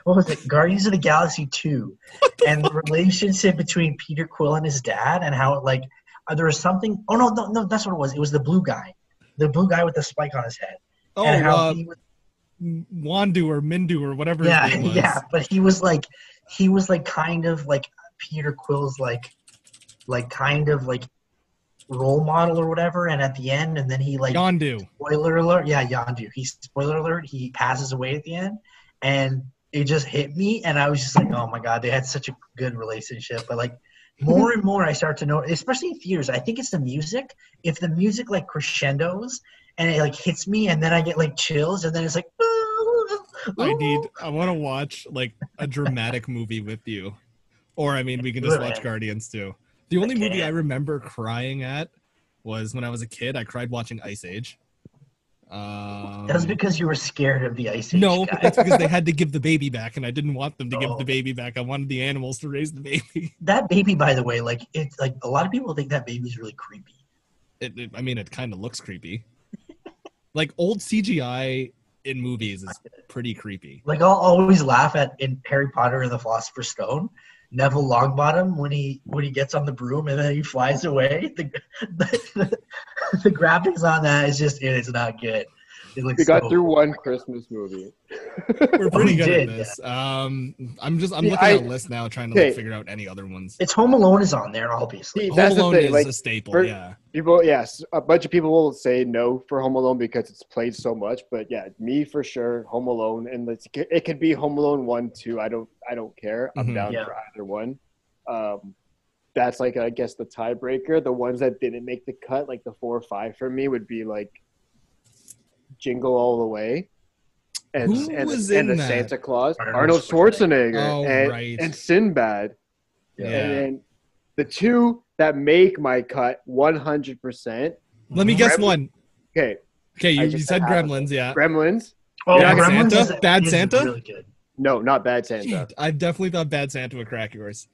Speaker 3: what was it? Guardians of the Galaxy Two, and the relationship between Peter Quill and his dad, and how like uh, there was something. Oh no, no, no. That's what it was. It was the blue guy, the blue guy with the spike on his head.
Speaker 1: oh,
Speaker 3: and how
Speaker 1: uh,
Speaker 3: he was,
Speaker 1: Wandu or Mindu or whatever
Speaker 3: yeah,
Speaker 1: his name was.
Speaker 3: <laughs> yeah, but he was like, he was like kind of like Peter Quill's like, like kind of like role model or whatever. And at the end, and then he like
Speaker 1: Yondu.
Speaker 3: spoiler alert, yeah, Yondu. He spoiler alert, he passes away at the end, and it just hit me, and I was just like, oh my god, they had such a good relationship,
Speaker 1: <laughs>
Speaker 3: but like. More and more, I start to know, especially in theaters. I think it's the music. If the music like crescendos and it like hits me, and then I get like chills, and then it's like, <laughs>
Speaker 1: I need. I want to watch like a dramatic movie with you, or I mean, we can just
Speaker 3: Literally.
Speaker 1: watch Guardians too. The only
Speaker 3: I
Speaker 1: movie I
Speaker 3: can't.
Speaker 1: remember crying at was when I was a kid. I cried watching Ice Age. Um,
Speaker 3: That's because you were scared of the Ice Age
Speaker 1: no, but
Speaker 3: guy.
Speaker 1: that's because they had to give the baby back, and I didn't want them to give
Speaker 3: Oh.
Speaker 1: the baby back. I wanted the animals to raise the baby.
Speaker 3: That baby, by the way, like it's like a lot of people think that baby's really creepy.
Speaker 1: It, it- I mean, it kind of looks creepy. <laughs> like old CGI in movies is pretty creepy.
Speaker 3: Like I'll always laugh at in Harry Potter and the Philosopher's Stone, Neville Longbottom when he when he gets on the broom and then he flies away. <laughs> The the, the, graphics on that is just it is not good. It looks
Speaker 2: We got
Speaker 3: so-
Speaker 2: through one Christmas movie.
Speaker 1: We're pretty
Speaker 3: we
Speaker 1: good
Speaker 3: did,
Speaker 1: at this. Um, I'm just I'm
Speaker 2: Yeah,
Speaker 1: looking
Speaker 2: I-
Speaker 1: at a list now, trying to like,
Speaker 2: Okay.
Speaker 1: figure out any other ones.
Speaker 3: It's Home Alone is on there, obviously.
Speaker 2: See,
Speaker 1: Home
Speaker 2: that's the
Speaker 1: Alone
Speaker 2: thing.
Speaker 1: is
Speaker 2: Like
Speaker 1: a staple.
Speaker 2: for-
Speaker 1: yeah.
Speaker 2: people, yes, a bunch of people will say no for Home Alone because it's played so much. But yeah, me for sure, Home Alone, and it's, it could be Home Alone one, two. I don't, I don't care. I'm
Speaker 1: Mhm.
Speaker 2: down
Speaker 3: Yeah.
Speaker 2: for either one. Um, that's like I guess the tiebreaker. The ones that didn't make the cut, like the four or five for me, would be like Jingle All the Way. And,
Speaker 1: Who
Speaker 2: and,
Speaker 1: was
Speaker 2: and
Speaker 1: in
Speaker 2: the
Speaker 1: that?
Speaker 2: Santa Claus,
Speaker 3: Arnold
Speaker 2: Arnold, Schwarzenegger,
Speaker 1: Oh,
Speaker 2: and,
Speaker 1: right.
Speaker 2: and Sinbad.
Speaker 1: Yeah.
Speaker 2: And then the two that make my cut 100%.
Speaker 1: Let
Speaker 3: Mhm.
Speaker 1: me guess
Speaker 2: Gremlins.
Speaker 1: one.
Speaker 2: Okay,
Speaker 1: Okay, you,
Speaker 2: I
Speaker 1: you
Speaker 2: just
Speaker 1: said
Speaker 2: said
Speaker 1: Gremlins, yeah.
Speaker 2: Gremlins.
Speaker 3: Oh,
Speaker 2: Yeah,
Speaker 3: Gremlins
Speaker 1: Santa?
Speaker 3: is-
Speaker 1: Bad
Speaker 3: is
Speaker 1: Santa?
Speaker 3: Really good.
Speaker 2: No, not Bad Santa.
Speaker 1: Shit, I definitely thought Bad Santa would crack yours.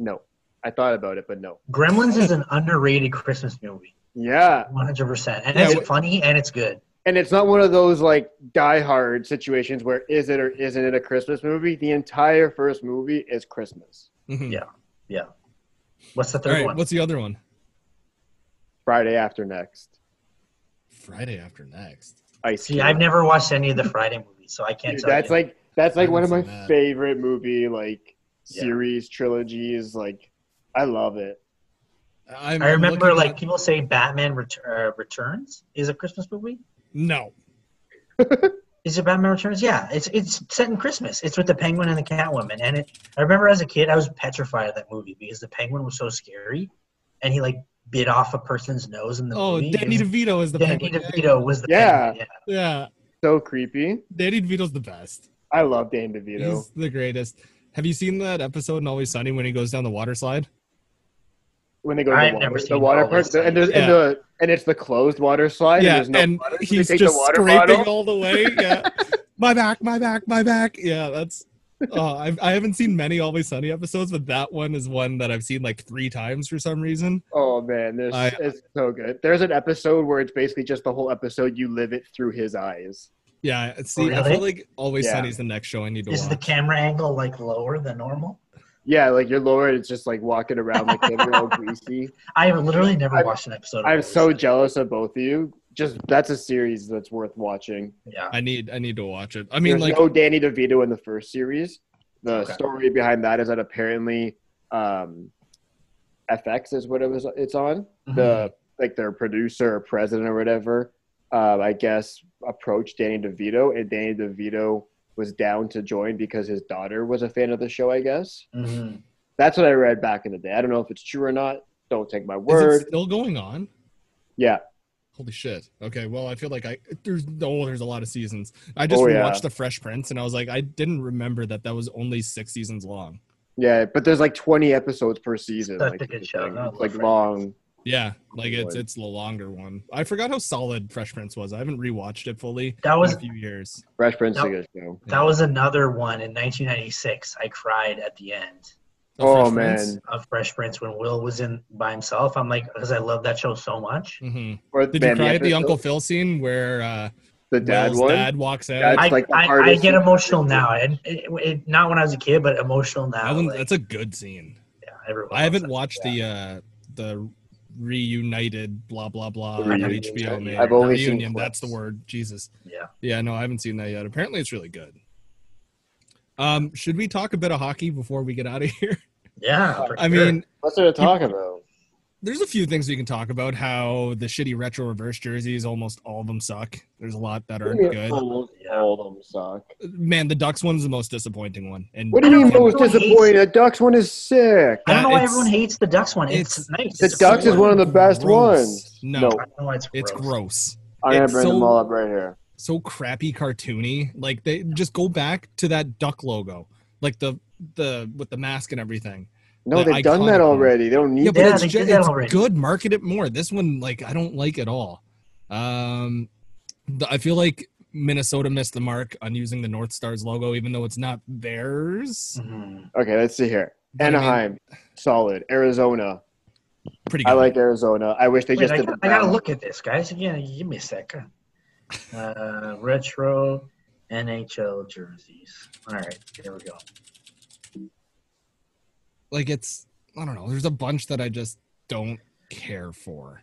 Speaker 2: No, I thought about it, but no.
Speaker 3: Gremlins is an underrated Christmas movie,
Speaker 2: Yeah,
Speaker 3: 100, percent and
Speaker 1: Yeah,
Speaker 3: it's
Speaker 1: wh-
Speaker 3: funny and it's good.
Speaker 2: and it's not one of those like diehard situations where is it or isn't it a Christmas movie? The entire first movie is Christmas.
Speaker 1: Mhm.
Speaker 3: Yeah, What's the
Speaker 1: All
Speaker 3: third
Speaker 1: right,
Speaker 3: one?
Speaker 1: what's the other one?
Speaker 2: Friday after next,
Speaker 1: Friday after next.
Speaker 2: Ice.
Speaker 3: See,
Speaker 2: Cube.
Speaker 3: I've never watched any of the Friday movies, so I can't
Speaker 2: Dude,
Speaker 3: tell
Speaker 2: that's
Speaker 3: you.
Speaker 2: like that's like one of my
Speaker 1: haven't seen that.
Speaker 2: favorite movie like
Speaker 3: Yeah.
Speaker 2: series trilogies. Like, I love it.
Speaker 1: I'm
Speaker 3: I remember
Speaker 1: looking
Speaker 3: like
Speaker 1: at-
Speaker 3: people say Batman Ret- uh, Returns is a Christmas movie.
Speaker 1: no.
Speaker 3: Is it Batman Returns? Yeah, it's it's set in Christmas. It's with the Penguin and the Catwoman, and it. I remember as a kid, I was petrified of that movie because the Penguin was so scary, and he like bit off a person's nose in the
Speaker 1: Oh,
Speaker 3: movie.
Speaker 1: Danny
Speaker 3: It was-
Speaker 1: DeVito is the
Speaker 3: Danny
Speaker 1: penguin.
Speaker 3: DeVito was the
Speaker 2: Yeah.
Speaker 3: Penguin, yeah.
Speaker 1: Yeah,
Speaker 2: So creepy.
Speaker 1: Danny DeVito's the best.
Speaker 2: I love Dan DeVito.
Speaker 1: He's the greatest. Have you seen that episode in Always Sunny when he goes down the water slide?
Speaker 2: when they go to
Speaker 3: I've
Speaker 2: the
Speaker 3: never
Speaker 2: water, the
Speaker 3: seen
Speaker 2: water
Speaker 3: all
Speaker 2: park,
Speaker 3: this.
Speaker 2: the- and, there's,
Speaker 1: Yeah.
Speaker 2: and the and it's the closed water slide.
Speaker 1: yeah,
Speaker 2: and, there's no
Speaker 1: and
Speaker 2: water, so they
Speaker 1: he's
Speaker 2: take
Speaker 1: just
Speaker 2: the water
Speaker 1: scraping
Speaker 2: bottle.
Speaker 1: all the way.
Speaker 2: <laughs>
Speaker 1: Yeah, my back, my back, my back. Yeah, that's. Uh, I've, I haven't seen many Always Sunny episodes, but that one is one that I've seen like three times for some reason.
Speaker 2: Oh man, there's
Speaker 1: I-
Speaker 2: it's so good. There's an episode where it's basically just the whole episode. You live it through his eyes.
Speaker 1: Yeah, see, I
Speaker 3: really?
Speaker 1: feel like Always
Speaker 2: Yeah.
Speaker 1: Sunny's the next show I need to
Speaker 3: Is the
Speaker 1: watch.
Speaker 3: camera angle like lower than normal?
Speaker 2: Yeah, like your lower is just like walking around like they
Speaker 1: <laughs>
Speaker 2: were all greasy.
Speaker 3: I have literally never
Speaker 2: I'm-
Speaker 3: watched an episode. of
Speaker 2: I'm
Speaker 3: Always
Speaker 2: so
Speaker 3: Sunny.
Speaker 2: jealous of both of you. Just that's a series that's worth watching.
Speaker 3: Yeah,
Speaker 1: I need I need to watch it. I mean,
Speaker 2: There's
Speaker 1: like,
Speaker 2: no Danny DeVito in the first series. The
Speaker 3: Okay.
Speaker 2: story behind that is that apparently um, FX is what it was. It's on the
Speaker 1: Mm-hmm.
Speaker 2: like their producer or president or whatever. Um, I guess approached Danny DeVito, and Danny DeVito was down to join because his daughter was a fan of the show. I guess
Speaker 3: Mhm.
Speaker 2: that's what I read back in the day. I don't know if it's true or not. Don't take my
Speaker 1: is
Speaker 2: word.
Speaker 1: it still going on?
Speaker 2: Yeah,
Speaker 1: Holy shit! Okay, well, I feel like I there's oh, there's a lot of seasons. I just
Speaker 2: Oh, yeah.
Speaker 1: watched The Fresh Prince, and I was like, I didn't remember that that was only six seasons long.
Speaker 2: yeah, but there's like 20 episodes per season.
Speaker 3: That's
Speaker 2: like,
Speaker 3: a good
Speaker 2: it's
Speaker 3: show.
Speaker 2: like-
Speaker 3: I love
Speaker 2: it's, like
Speaker 3: Friends.
Speaker 2: long.
Speaker 1: Yeah, like it's
Speaker 2: Lord.
Speaker 1: it's the longer one. I forgot how solid Fresh Prince was. I haven't rewatched it fully
Speaker 3: that
Speaker 1: in
Speaker 3: was
Speaker 2: Mm-hmm.
Speaker 1: a few years.
Speaker 2: Fresh Prince is a
Speaker 3: Now-
Speaker 2: good show.
Speaker 3: That was another one in 1996. I cried at the end
Speaker 1: The
Speaker 2: Oh,
Speaker 1: Fresh Prince?
Speaker 2: man.
Speaker 3: of Fresh Prince when Will was in by himself. I'm like, because I love that show so much.
Speaker 1: Mhm.
Speaker 2: Or,
Speaker 1: Did you
Speaker 2: man,
Speaker 1: cry at the
Speaker 2: episode-
Speaker 1: Uncle Phil scene where uh,
Speaker 2: The dad
Speaker 1: Will's
Speaker 2: one.
Speaker 1: dad walks out?
Speaker 2: That's
Speaker 3: I,
Speaker 2: like the
Speaker 3: I, I
Speaker 2: hardest
Speaker 3: get
Speaker 2: thing.
Speaker 3: emotional now, and it, it, not when I was a kid, but emotional now.
Speaker 1: That one-
Speaker 3: like,
Speaker 1: that's a good scene.
Speaker 3: yeah, everyone
Speaker 1: I haven't
Speaker 3: loves
Speaker 1: watched the uh the reunited blah blah blah
Speaker 2: The
Speaker 1: on
Speaker 2: reunion.
Speaker 1: HBO. Man.
Speaker 2: I've only seen
Speaker 1: reunion. That's the
Speaker 2: clips.
Speaker 1: word. Jesus.
Speaker 3: that. Yeah,
Speaker 1: Yeah, no, I haven't seen that yet. Apparently, it's really good. Um, should we talk a bit of hockey before we get out of <laughs> here?
Speaker 3: yeah. for
Speaker 1: I
Speaker 3: sure.
Speaker 1: mean,
Speaker 2: What's there to talk about?
Speaker 1: there's a few things we can talk about. How the shitty retro reverse jerseys, almost all of them suck. There's a lot that aren't good. Mm.
Speaker 2: Almost all of them suck.
Speaker 1: Man, the Ducks one's the most disappointing one. And
Speaker 2: What do you mean
Speaker 3: know
Speaker 2: most
Speaker 3: everyone hates
Speaker 2: disappointing? The Ducks one is sick.
Speaker 3: I don't know why
Speaker 1: it's-
Speaker 3: everyone hates the Ducks one. It's,
Speaker 1: it's-
Speaker 3: nice.
Speaker 2: The
Speaker 3: It's
Speaker 2: Ducks
Speaker 3: cool.
Speaker 2: is one of the best
Speaker 1: Gross.
Speaker 2: ones.
Speaker 1: No.
Speaker 2: No.
Speaker 3: I don't know why it's
Speaker 1: It's
Speaker 3: gross.
Speaker 1: gross.
Speaker 2: I'm gonna
Speaker 1: It's
Speaker 2: bring them
Speaker 1: so-
Speaker 2: all up right here.
Speaker 1: so crappy cartoony. Like they just go back to that duck logo, like the the with the mask and everything.
Speaker 2: No,
Speaker 1: The
Speaker 2: they've done
Speaker 1: iconic one.
Speaker 2: that already. They don't need
Speaker 1: Yeah, but
Speaker 2: that.
Speaker 1: it's,
Speaker 3: they
Speaker 1: ju-
Speaker 3: did that
Speaker 1: it's
Speaker 3: already.
Speaker 1: good. Market it more. This one, like, I don't like at all. Um, the- I feel like Minnesota missed the mark on using the North Stars logo, even though it's not theirs.
Speaker 3: Mhm.
Speaker 2: Okay, let's see here.
Speaker 1: But I mean,
Speaker 2: Anaheim, solid. Arizona,
Speaker 1: pretty good.
Speaker 2: I like Arizona. I wish they
Speaker 3: Wait,
Speaker 2: just
Speaker 3: I,
Speaker 2: did
Speaker 3: gotta,
Speaker 2: the
Speaker 3: I gotta
Speaker 2: brown.
Speaker 3: look at this, guys. Again, give me a second. Uh, retro NHL jerseys. All right, here we go.
Speaker 1: Like, it's I don't know. There's a bunch that I just don't care for.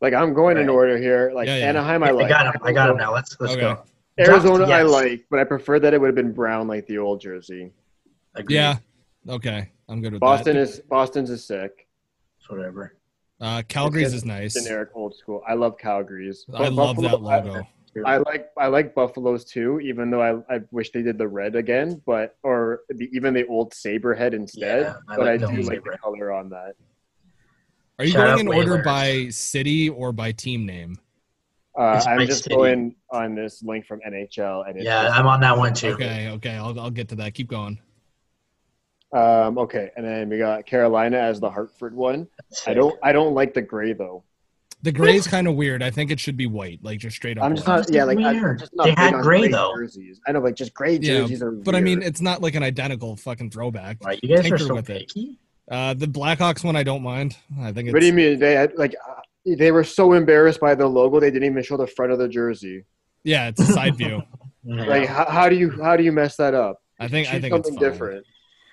Speaker 2: Like I'm going in
Speaker 3: Right.
Speaker 2: order here. Like
Speaker 1: Yeah, yeah.
Speaker 2: Anaheim, I
Speaker 3: I,
Speaker 2: like.
Speaker 3: got him. I got him now. Let's let's
Speaker 1: Okay.
Speaker 3: go.
Speaker 2: Arizona,
Speaker 3: Ducks,
Speaker 2: I
Speaker 3: yes.
Speaker 2: like, but I prefer that it would have been brown like the old jersey.
Speaker 3: Agreed.
Speaker 1: Yeah. Okay, I'm good with
Speaker 2: Boston
Speaker 1: that.
Speaker 2: is Boston's is sick.
Speaker 3: It's Whatever.
Speaker 1: uh, Calgary's
Speaker 2: just
Speaker 1: is nice.
Speaker 2: Generic old school. I love Calgary's.
Speaker 1: I
Speaker 2: Bu-
Speaker 1: love
Speaker 2: Buffalo-
Speaker 1: that logo.
Speaker 2: I, I like I like Buffalo's too, even though I, I wish they did the red again, but or the, even the old saber head instead.
Speaker 3: Yeah, I
Speaker 2: but
Speaker 3: like
Speaker 2: I
Speaker 3: the
Speaker 2: do
Speaker 3: old
Speaker 2: like
Speaker 3: saber.
Speaker 2: the color on that.
Speaker 1: Are you
Speaker 3: Shout
Speaker 1: going
Speaker 3: out
Speaker 1: in order
Speaker 3: Whalers.
Speaker 1: by city or by team name?
Speaker 2: Uh,
Speaker 3: It's my
Speaker 2: I'm just
Speaker 3: city.
Speaker 2: going on this link from NHL, and it's
Speaker 3: Yeah,
Speaker 2: just-
Speaker 3: I'm on that one too.
Speaker 1: Okay, okay, I'll I'll get to that. Keep going.
Speaker 2: um, okay. And then we got Carolina as the Hartford one.
Speaker 3: Sick.
Speaker 2: I don't I don't like the gray though.
Speaker 1: The gray's kind of weird. I think it should be white, like just straight up.
Speaker 2: I'm just
Speaker 1: white.
Speaker 2: not.
Speaker 3: This is
Speaker 2: Yeah, like I- I'm
Speaker 3: weird.
Speaker 2: just not.
Speaker 3: They
Speaker 2: big
Speaker 3: had
Speaker 2: on
Speaker 3: gray, though.
Speaker 2: Jerseys. I know, like just gray
Speaker 1: Yeah,
Speaker 2: jerseys are.
Speaker 1: But I mean,
Speaker 2: weird.
Speaker 1: it's not like an identical fucking throwback.
Speaker 3: Wow, you guys are
Speaker 1: tinker
Speaker 3: so
Speaker 1: with it.
Speaker 3: picky.
Speaker 1: Uh, the Blackhawks one, I don't mind. I think
Speaker 2: what do you
Speaker 1: it's
Speaker 2: mean? They had like uh, they were so embarrassed by the logo they didn't even show the front of the jersey.
Speaker 1: yeah, it's a side view.
Speaker 3: Yeah.
Speaker 2: Like how, how do you how do you mess that up?
Speaker 1: I think I
Speaker 2: Choose
Speaker 1: think it's
Speaker 2: something
Speaker 1: fine.
Speaker 2: different.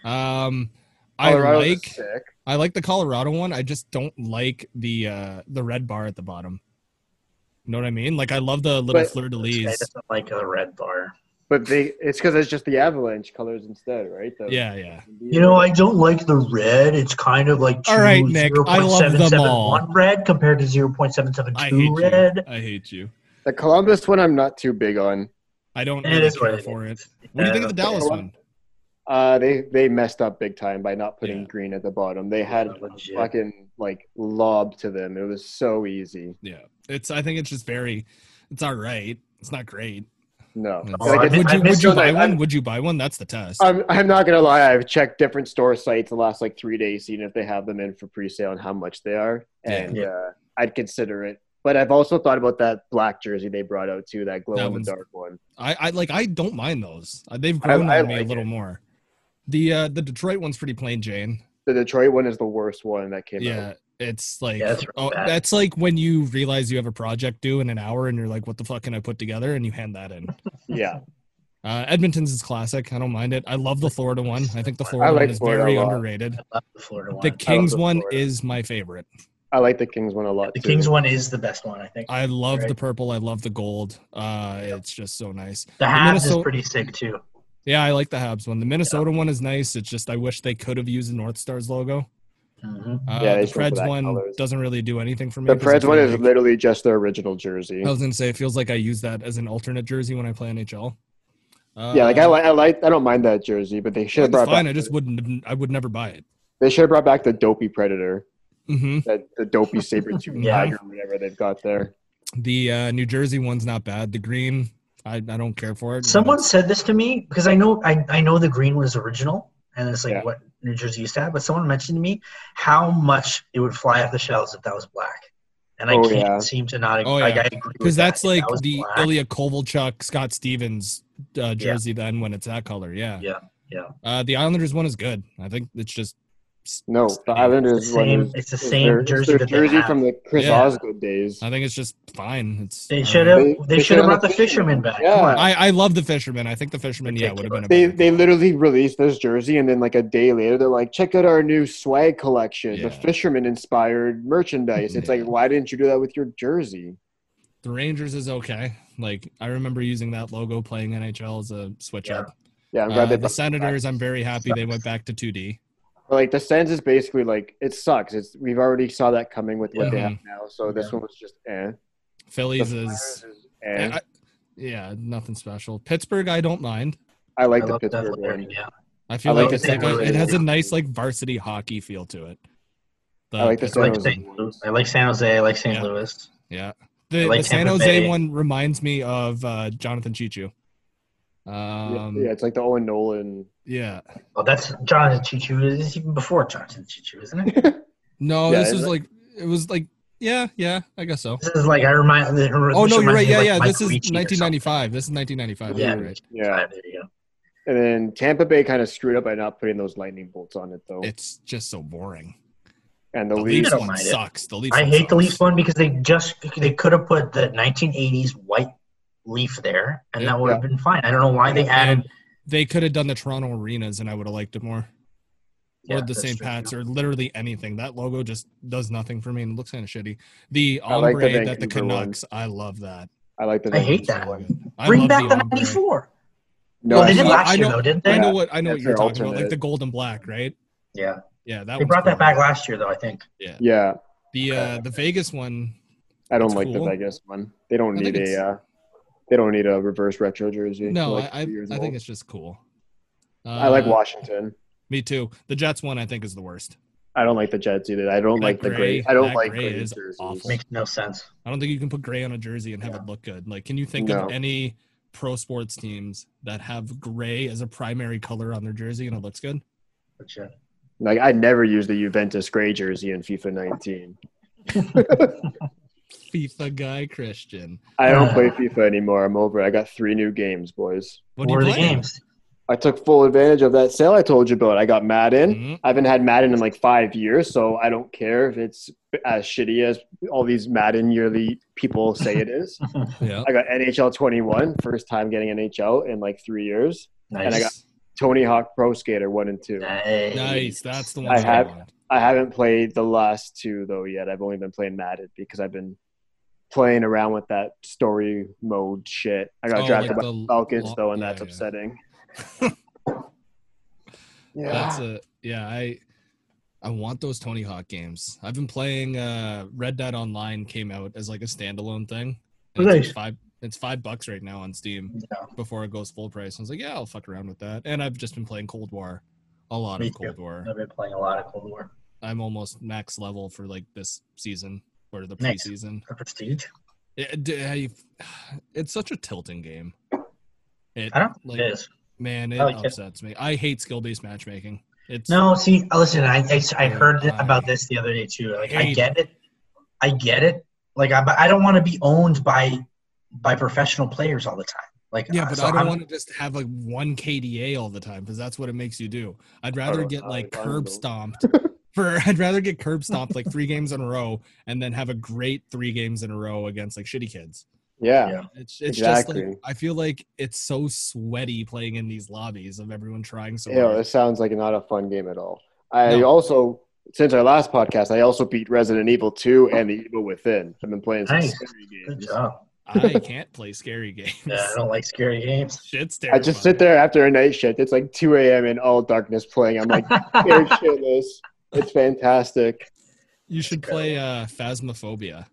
Speaker 1: Um, I
Speaker 2: Colorado's is
Speaker 1: like
Speaker 2: sick.
Speaker 1: I like the Colorado one. I just don't like the uh the red bar at the bottom. You know what I mean? Like I love the little
Speaker 2: But-
Speaker 1: fleur de
Speaker 3: This guy
Speaker 1: lis.
Speaker 3: doesn't like a red bar.
Speaker 2: but they it's because it's just the avalanche colors instead, right? The-
Speaker 1: Yeah, yeah.
Speaker 3: You know, I don't like the red. It's kind of like
Speaker 1: All right, Nick, I love them
Speaker 3: 0.771
Speaker 1: all.
Speaker 3: red compared to
Speaker 1: I hate
Speaker 3: 0.772
Speaker 1: you.
Speaker 3: red.
Speaker 1: I hate you.
Speaker 2: the Columbus one I'm not too big on.
Speaker 1: I don't
Speaker 3: It
Speaker 1: really
Speaker 3: is what
Speaker 1: care
Speaker 3: it
Speaker 1: for it.
Speaker 3: is.
Speaker 1: What do you
Speaker 3: Yeah,
Speaker 1: think of the Dallas
Speaker 2: Yeah.
Speaker 1: one?
Speaker 2: Uh, they they messed up big time by not putting
Speaker 1: Yeah.
Speaker 2: green at the bottom. They had
Speaker 3: Legit.
Speaker 2: fucking like lob to them. It was so easy.
Speaker 1: Yeah, it's. I think it's just very. It's all right. It's not great.
Speaker 2: No,
Speaker 1: It's-
Speaker 3: Oh, I
Speaker 2: Like, it's-
Speaker 3: mean,
Speaker 1: would you,
Speaker 3: I
Speaker 1: would
Speaker 3: miss
Speaker 1: you
Speaker 2: those,
Speaker 1: buy
Speaker 2: like,
Speaker 1: one?
Speaker 2: I'm-
Speaker 1: Would you buy one? That's the test.
Speaker 2: I'm, I'm not gonna lie. I've checked different store sites the last like three days, seeing if they have them in for pre-sale and how much they are, and
Speaker 3: Yeah.
Speaker 2: uh, I'd consider it. But I've also thought about that black jersey they brought out too, that glow
Speaker 1: That
Speaker 2: in the
Speaker 1: one's-
Speaker 2: dark one.
Speaker 1: I, I like. I don't mind those. Uh, They've
Speaker 2: I-
Speaker 1: grown
Speaker 2: I
Speaker 1: on me a
Speaker 2: like
Speaker 1: little more. The uh, the Detroit one's pretty plain Jane.
Speaker 2: The Detroit one is the worst one that came out.
Speaker 1: Yeah, it's like
Speaker 3: Yeah, that's
Speaker 1: oh,
Speaker 3: bad.
Speaker 1: that's like when you realize you have a project due in an hour, and you're like, "What the fuck can I put together?" And you hand that in.
Speaker 2: Yeah,
Speaker 1: Uh, Edmonton's is classic. I don't mind it. I love the Florida one. I think the Florida
Speaker 2: like
Speaker 1: one is
Speaker 2: Florida a
Speaker 1: very
Speaker 2: lot.
Speaker 1: underrated.
Speaker 3: I love the Florida one.
Speaker 1: The Kings
Speaker 2: the
Speaker 1: one
Speaker 2: Florida.
Speaker 1: is my favorite.
Speaker 2: I like the Kings one a lot.
Speaker 3: The
Speaker 2: too.
Speaker 3: Kings one is the best one, I think.
Speaker 1: I love the
Speaker 3: Right.
Speaker 1: purple. I love the gold. Uh, It's just so nice.
Speaker 3: The Habs is
Speaker 1: Minnesota-
Speaker 3: pretty sick too.
Speaker 1: Yeah, I like the Habs one. The Minnesota one is nice. It's just I wish they could have used the North Stars logo.
Speaker 3: Mhm.
Speaker 1: Uh,
Speaker 2: Yeah, they
Speaker 1: the
Speaker 2: should go for
Speaker 1: Preds
Speaker 2: that
Speaker 1: one
Speaker 2: colours.
Speaker 1: doesn't really do anything for me.
Speaker 2: The
Speaker 1: 'cause I
Speaker 2: Preds
Speaker 1: feel
Speaker 2: one is
Speaker 1: like-
Speaker 2: literally just their original jersey.
Speaker 1: I was gonna say it feels like I use that as an alternate jersey when I play NHL. Uh,
Speaker 2: yeah, like I like, I like, I don't mind that jersey, but they should have
Speaker 1: it's
Speaker 2: brought
Speaker 1: fine.
Speaker 2: back.
Speaker 1: I just wouldn't. I would never buy it.
Speaker 2: They should have brought back the dopey Predator,
Speaker 1: hmm
Speaker 2: that
Speaker 1: <laughs>
Speaker 2: the dopey saber tooth
Speaker 3: Yeah.
Speaker 2: tiger, whatever they've got there.
Speaker 1: The uh, New Jersey one's not bad. The green, I, I don't care for it. but
Speaker 3: Someone
Speaker 1: it's-
Speaker 3: said this to me because I know I, I know the green was original and it's like
Speaker 2: Yeah.
Speaker 3: what New Jersey used to have, but someone mentioned to me how much it would fly off the shelves if that was black. And I
Speaker 2: Oh,
Speaker 3: can't
Speaker 2: yeah.
Speaker 3: seem to not
Speaker 1: Oh,
Speaker 3: like
Speaker 1: yeah.
Speaker 3: I agree with
Speaker 1: because
Speaker 3: that.
Speaker 1: that's
Speaker 3: If
Speaker 1: like
Speaker 3: that was
Speaker 1: the
Speaker 3: black,
Speaker 1: Ilya Kovalchuk, Scott Stevens uh, jersey. Then when it's that color, yeah.
Speaker 3: Yeah, yeah.
Speaker 1: Uh, the Islanders one is good. I think it's just
Speaker 2: No, the Islanders
Speaker 3: It's the
Speaker 2: one.
Speaker 3: same-
Speaker 2: is-
Speaker 3: it's the
Speaker 2: is
Speaker 3: same
Speaker 2: their, it's
Speaker 3: jersey
Speaker 2: their
Speaker 3: that they
Speaker 2: jersey
Speaker 3: have.
Speaker 2: from the Chris
Speaker 1: Yeah.
Speaker 2: Osgood days.
Speaker 1: I think it's just fine. It's
Speaker 3: they
Speaker 1: all right.
Speaker 3: should have
Speaker 2: They-
Speaker 3: they,
Speaker 2: they
Speaker 3: should have
Speaker 2: should've
Speaker 3: brought the
Speaker 2: had the
Speaker 3: fisherman back.
Speaker 2: Yeah.
Speaker 3: Come on.
Speaker 1: I, I love the fisherman. I think the fisherman, yeah, would have been a
Speaker 2: They
Speaker 1: better-
Speaker 2: they literally released this jersey, and then like a day later, they're like, "Check out our new swag collection,
Speaker 1: Yeah.
Speaker 2: the fisherman inspired merchandise." It's like, why didn't you do that with your jersey?
Speaker 1: the Rangers is okay. Like I remember using that logo playing NHL as a switch
Speaker 3: Yeah.
Speaker 1: up.
Speaker 2: Yeah, I'm glad
Speaker 1: Uh,
Speaker 2: they.
Speaker 1: the
Speaker 2: brought it back.
Speaker 1: Senators, I'm very happy they went back to 2D.
Speaker 2: But, like the Sens is basically like it sucks. It's we've already saw that coming with what they
Speaker 1: Yeah.
Speaker 2: have now. So this one was just eh. The
Speaker 1: Phillies
Speaker 2: Flyers
Speaker 1: is
Speaker 2: eh.
Speaker 1: I- yeah, nothing special. Pittsburgh, I don't mind.
Speaker 2: I like
Speaker 3: I
Speaker 2: the
Speaker 3: love that
Speaker 2: Pittsburgh
Speaker 3: one.
Speaker 2: one.
Speaker 3: Yeah.
Speaker 1: I feel
Speaker 2: I like
Speaker 1: like
Speaker 2: the
Speaker 1: it's like
Speaker 2: San
Speaker 1: a, it has a
Speaker 3: Jose.
Speaker 1: nice like varsity hockey feel to it. The
Speaker 2: I like the
Speaker 3: I
Speaker 2: San
Speaker 3: like
Speaker 2: Jose.
Speaker 3: St. Louis. I like San Jose. I like St.
Speaker 1: Yeah.
Speaker 3: Louis.
Speaker 1: yeah. The,
Speaker 3: like
Speaker 1: the San
Speaker 3: Tampa
Speaker 1: Jose
Speaker 3: Bay.
Speaker 1: one reminds me of uh, Jonathan Chichu. Um,
Speaker 2: yeah, it's like the Owen Nolan.
Speaker 1: yeah.
Speaker 3: Oh, that's Jonathan Chichu. This is even before Jonathan Chichu, isn't it?
Speaker 1: No,
Speaker 2: Yeah,
Speaker 1: this
Speaker 2: it's
Speaker 1: was like it was like yeah, yeah. I guess so.
Speaker 3: This is like I remind. this
Speaker 1: Oh no,
Speaker 3: reminds
Speaker 1: you're right.
Speaker 3: me
Speaker 1: Yeah,
Speaker 3: of, like,
Speaker 1: yeah. This
Speaker 3: Michael
Speaker 1: is
Speaker 3: Ricci or
Speaker 1: 1995. This is 1995.
Speaker 3: Yeah.
Speaker 1: You're right.
Speaker 2: Yeah.
Speaker 3: something. There you go.
Speaker 2: And then Tampa Bay kind of screwed up by not putting those lightning bolts on it, though.
Speaker 1: It's just so boring.
Speaker 2: and the
Speaker 1: The
Speaker 2: Leafs,
Speaker 1: Leafs
Speaker 3: don't
Speaker 1: one
Speaker 3: mind it.
Speaker 1: sucks. The Leafs.
Speaker 3: I
Speaker 1: one
Speaker 3: hate the
Speaker 1: sucks.
Speaker 3: Leaf one because they just they could have put the 1980s white leaf there, and that would have been fine. I don't know why they added.
Speaker 1: They could have done the Toronto arenas, and I would have liked it more.
Speaker 3: Yeah,
Speaker 1: or the
Speaker 3: that's
Speaker 1: St.
Speaker 3: true.
Speaker 1: Pat's, or literally anything. That logo just does nothing for me, and it looks kind of shitty. The
Speaker 2: I like the
Speaker 1: ombre that the
Speaker 2: Vancouver one.
Speaker 1: Canucks, I love that.
Speaker 2: I like the.
Speaker 3: I hate
Speaker 1: It's
Speaker 3: that
Speaker 1: really
Speaker 3: one.
Speaker 1: good. I
Speaker 3: Bring
Speaker 1: love
Speaker 3: back the
Speaker 1: ombre.
Speaker 3: '94.
Speaker 2: No,
Speaker 3: well, they did
Speaker 1: I-
Speaker 3: last
Speaker 1: I
Speaker 3: year
Speaker 1: know-
Speaker 3: though, didn't
Speaker 1: I
Speaker 3: they?
Speaker 1: know what I know what
Speaker 2: That's
Speaker 1: you're
Speaker 2: their
Speaker 1: talking about, like
Speaker 2: alternate.
Speaker 1: the gold and black, right?
Speaker 3: Yeah,
Speaker 1: Yeah, that
Speaker 3: they
Speaker 1: one's
Speaker 3: brought
Speaker 1: cool.
Speaker 3: that back last year though. I think.
Speaker 1: Yeah,
Speaker 2: Yeah,
Speaker 1: the uh, the Vegas one.
Speaker 2: I don't
Speaker 1: It's
Speaker 2: like
Speaker 1: cool.
Speaker 2: the Vegas one. They don't
Speaker 1: I
Speaker 2: need
Speaker 1: think it's-
Speaker 2: a. Uh, they don't need a reverse retro jersey.
Speaker 1: No,
Speaker 2: They're, like,
Speaker 1: I I,
Speaker 2: two years
Speaker 1: I
Speaker 2: old.
Speaker 1: think it's just cool. Uh,
Speaker 2: I like Washington.
Speaker 1: Me too. The Jets one, I think, is the worst.
Speaker 2: I don't like the Jets either. I don't
Speaker 1: That
Speaker 2: like the
Speaker 1: gray-
Speaker 2: gray. I don't
Speaker 1: that
Speaker 2: like
Speaker 1: gray
Speaker 2: gray
Speaker 1: is
Speaker 2: jerseys.
Speaker 1: awful.
Speaker 3: Makes no sense.
Speaker 1: I don't think you can put gray on a jersey and have it look good. Like, can you think
Speaker 2: No.
Speaker 1: of any pro sports teams that have gray as a primary color on their jersey and it looks good?
Speaker 3: But yeah.
Speaker 2: Like I never used the Juventus gray jersey in FIFA 19.
Speaker 1: FIFA guy Christian.
Speaker 2: I don't
Speaker 3: Uh.
Speaker 2: play FIFA anymore. I'm over. it. I got three new games, boys.
Speaker 1: What do
Speaker 3: What are
Speaker 1: you
Speaker 3: the
Speaker 1: play?
Speaker 3: games?
Speaker 2: I took full advantage of that sale I told you about. I got Madden.
Speaker 1: Mhm.
Speaker 2: I haven't had Madden in like five years, so I don't care if it's as shitty as all these Madden yearly people say it is.
Speaker 1: Yeah.
Speaker 2: I got NHL 21, first time getting NHL in like three years.
Speaker 3: Nice.
Speaker 2: I got- Tony Hawk Pro Skater 1 and 2.
Speaker 3: nice.
Speaker 1: Nice. That's the
Speaker 2: I
Speaker 1: one I
Speaker 2: have-
Speaker 1: want.
Speaker 2: I haven't played the last two though yet. I've only been playing Madden because I've been playing around with that story mode shit. I got
Speaker 1: Oh,
Speaker 2: drafted
Speaker 1: like
Speaker 2: by
Speaker 1: the
Speaker 2: the Falcons
Speaker 1: lo-
Speaker 2: though, and
Speaker 1: yeah,
Speaker 2: that's
Speaker 1: yeah.
Speaker 2: upsetting. yeah.
Speaker 1: That's a yeah. I I want those Tony Hawk games. I've been playing uh Red Dead Online came out as like a standalone thing. And It's
Speaker 3: Nice.
Speaker 1: like five. It's five bucks right now on Steam
Speaker 3: Yeah.
Speaker 1: before it goes full price. I was like, yeah, I'll fuck around with that. And I've just been playing Cold War, a lot
Speaker 3: Me
Speaker 1: of Cold
Speaker 3: too.
Speaker 1: War.
Speaker 3: I've been playing a lot of Cold War.
Speaker 1: I'm almost max level for like this season or the
Speaker 3: Nice.
Speaker 1: preseason.
Speaker 3: The Prestige.
Speaker 1: Yeah, d- I- <sighs> it's such a tilting game. It,
Speaker 3: I don't think
Speaker 1: like,
Speaker 3: it is.
Speaker 1: man, it
Speaker 3: like it.
Speaker 1: upsets me. I hate skill based matchmaking. It's
Speaker 3: No, see, uh, listen, I, I, I heard
Speaker 1: I
Speaker 3: about this the other day too. Like, I
Speaker 1: hate
Speaker 3: get it, I get it. Like, I, but I don't want to be owned by by professional players all the time. Like,
Speaker 1: Yeah,
Speaker 3: uh,
Speaker 1: but
Speaker 3: so
Speaker 1: I don't
Speaker 3: I'm-
Speaker 1: want to just have like one KDA all the time because that's what it makes you do. I'd rather
Speaker 2: Oh,
Speaker 1: get
Speaker 2: I
Speaker 1: like
Speaker 2: love
Speaker 1: curb
Speaker 2: those.
Speaker 1: stomped for. <laughs> I'd rather get curb stomped like three games in a row and then have a great three games in a row against like shitty kids.
Speaker 2: Yeah.
Speaker 3: Yeah.
Speaker 1: It's it's just like
Speaker 2: Exactly.
Speaker 1: I feel like it's so sweaty playing in these lobbies of everyone trying so.
Speaker 2: Yeah,
Speaker 1: hard.
Speaker 2: that sounds like not a fun game at all. I
Speaker 1: No.
Speaker 2: also since our last podcast, I also beat Resident Evil 2 and The Evil Within. I've been playing some
Speaker 3: Nice.
Speaker 2: scary
Speaker 3: Good
Speaker 2: games.
Speaker 3: job.
Speaker 1: I can't play scary <laughs> games.
Speaker 3: Yeah, I don't like scary <laughs> games.
Speaker 1: Shit's
Speaker 2: I
Speaker 1: terrifying.
Speaker 2: just sit there after a night shift. It's like 2 a.m. in all darkness playing.
Speaker 1: <laughs>
Speaker 2: I'm like scared shitless. It's fantastic.
Speaker 1: You should play uh, Phasmophobia.